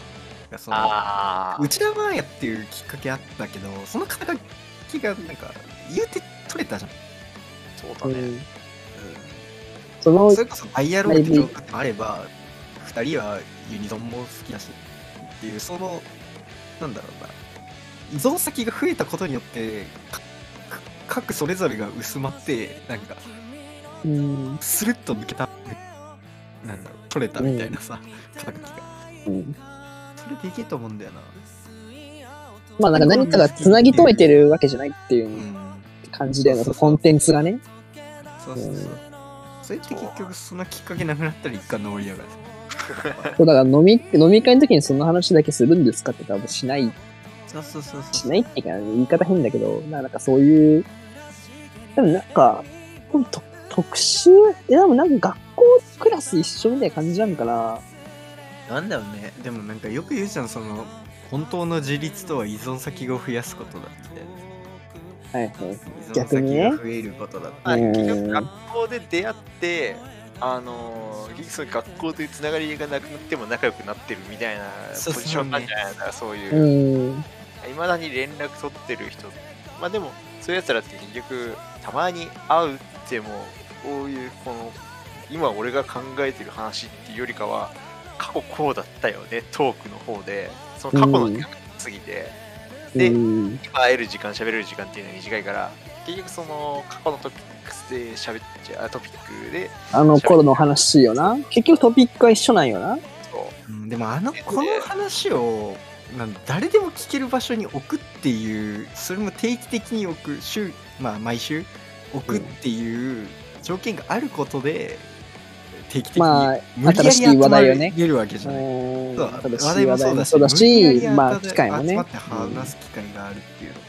Speaker 2: なんかその
Speaker 4: あ
Speaker 2: 内田真礼っていうきっかけあったけどその肩書きがなんか言うて取れたじゃん、
Speaker 4: そうだね、
Speaker 5: うんその
Speaker 2: それこそダイアローって状態もあれば2人はユニゾンも好きだしっていうそのなんだろうな依存先が増えたことによってかか各それぞれが薄まってなんか
Speaker 5: うん
Speaker 2: スルッと抜けたなんだろう取れたみたいなさ、肩書きが
Speaker 5: うん
Speaker 2: それでいけと思うんだよな
Speaker 5: まあなんか何かがつなぎ止めてるわけじゃないっていううん感じで、
Speaker 2: そう
Speaker 5: そ
Speaker 2: そう
Speaker 5: のコ
Speaker 2: そう
Speaker 5: ンテンツがね。
Speaker 2: そうそうそうそう。それって結局そのきっかけなくなったら一回登りやがる。
Speaker 5: そうだから飲み、飲み会の時にその話だけするんですかって多分しない、
Speaker 2: そうそうそう
Speaker 5: し
Speaker 2: そう。
Speaker 5: ないっていうか、言い方変だけど、なんかそういう、でもなんか、でもと特集、えでもなんか学校クラス一緒みたいな感じなのかな。
Speaker 2: なんだろうね。でもなんかよく言うじゃん、その、本当の自立とは依存先を増やすことだみたいな。
Speaker 5: はいはい。
Speaker 2: 依存
Speaker 5: 逆に
Speaker 2: 先
Speaker 5: ね
Speaker 2: が増えることだ。
Speaker 4: まあ、
Speaker 5: うん
Speaker 4: 結局学校で出会って、あのー、結局そういう学校というつながりがなくなっても仲良くなってるみたいな
Speaker 2: そ
Speaker 4: ポ
Speaker 2: う
Speaker 4: ジションなんじゃないかな、そういうう。
Speaker 5: ん。
Speaker 4: いまだに連絡取ってる人。まあでも、そういうやつらって結局、たまに会うっても、こういう、この、今俺が考えてる話っていうよりかは、過去こうだったよね、トークの方で、その過去の時間が過ぎて、で
Speaker 5: うん
Speaker 4: 今会える時間喋れる時間っていうのが短いから結局その過去のトピックスで喋っちゃうあトピックで
Speaker 5: あの頃の話よな。結局トピックは一緒なんよな。
Speaker 4: そ
Speaker 2: うんでもあの、この話を、なん誰でも聞ける場所に置くっていう、それも定期的に置く、週、まあ毎週置くっていう条件があることで、定期的に
Speaker 5: まあ
Speaker 2: 無理や
Speaker 5: 新
Speaker 2: り
Speaker 5: しい話題をね
Speaker 2: 集まれるわけじゃな
Speaker 5: う
Speaker 2: い。
Speaker 5: ん
Speaker 2: そう
Speaker 5: ただ
Speaker 2: 話題もそ
Speaker 5: 話題
Speaker 2: うだし、
Speaker 5: もそうだ
Speaker 2: 無理やり
Speaker 5: し
Speaker 2: 集
Speaker 5: まあ機会も
Speaker 2: 集ま
Speaker 5: ね
Speaker 2: っ。て話す機会があるっていうのが。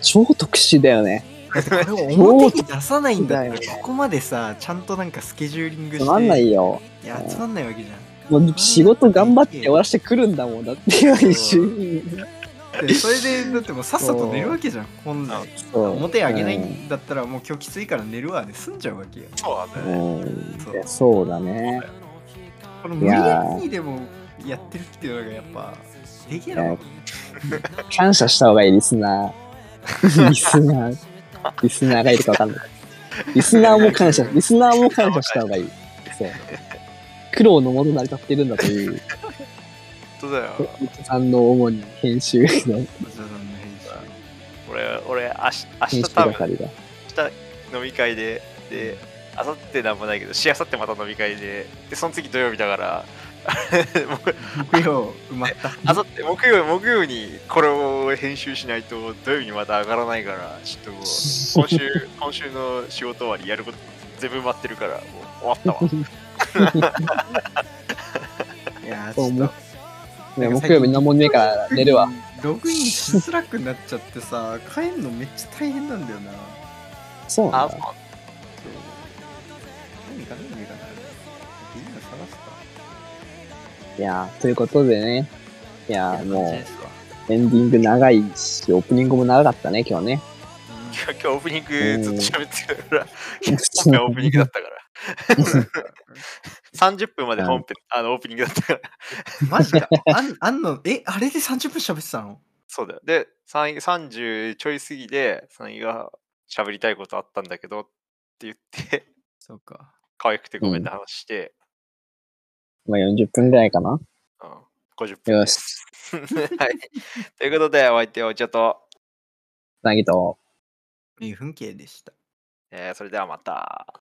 Speaker 5: 超特殊だよね。
Speaker 2: これを表に出さないんだったらここまでさちゃんとなんかスケジューリングして
Speaker 5: つまんないよ。
Speaker 2: いやつまんないわけじゃ
Speaker 5: もう仕事頑張って終わらせてくるんだもんだって一瞬
Speaker 2: んでそれでだってもうさっさと寝るわけじゃん本来
Speaker 5: そう
Speaker 2: 表あげないんだったらもう今日きついから寝るわで済んじゃうわけよ
Speaker 4: うそうだ
Speaker 5: う
Speaker 4: ね
Speaker 5: ん
Speaker 2: そう
Speaker 5: いやそうだね
Speaker 2: この無理やりでもやってるっていうのがやっぱできない
Speaker 5: 感謝した方がいいリスナ ーリスナーリスナーがいるか分かんないリスナーも感謝リスナーも感謝した方がいいそう苦労のもと成り立ってるんだという
Speaker 4: 本当だよ
Speaker 5: ミツさんの主に編集の
Speaker 2: お嬢さんの編集
Speaker 4: 俺俺明日明日
Speaker 5: 編集
Speaker 4: 多分
Speaker 5: 係が
Speaker 4: 明日飲み会でであさってなんもないけどしあさってまた飲み会ででその次土曜日だから もう
Speaker 2: 木曜埋まった
Speaker 4: あさって木曜木曜にこれを編集しないと土曜日にまた上がらないからち ょっともう今週今週の仕事終わりやること全部埋まってるからもう終わ ったわ
Speaker 2: いやちょっと
Speaker 5: ね木曜日何もねえから寝るわ
Speaker 2: ログインしづらくなっちゃってさ帰るのめっちゃ大変なんだよな
Speaker 5: そうな
Speaker 4: あ
Speaker 5: んだ
Speaker 4: も
Speaker 2: 何か何かなみんな探すか
Speaker 5: いやということでねいや
Speaker 2: いや
Speaker 5: もう
Speaker 2: 感じですわ
Speaker 5: エンディング長いし、オープニングも長かったね、今日ね。
Speaker 4: う今日オープニングずっと喋ってたから本編オープニングだ ったから。30分まで本編、あの、オープニングだったから。
Speaker 2: マジか。あん、あんの、え、あれで30分喋ってたの
Speaker 4: そうだよ。で、3 30ちょい過ぎで、サンイが喋りたいことあったんだけどって言って、
Speaker 2: そうか。
Speaker 4: 可愛くてごめんって話して、
Speaker 5: まあ40分ぐらいかな。
Speaker 4: うん、50分。
Speaker 5: よし、
Speaker 4: はい。ということで、お相手をちょっと、
Speaker 5: つなぎと。
Speaker 2: いい風景でした。
Speaker 4: えーそれではまた。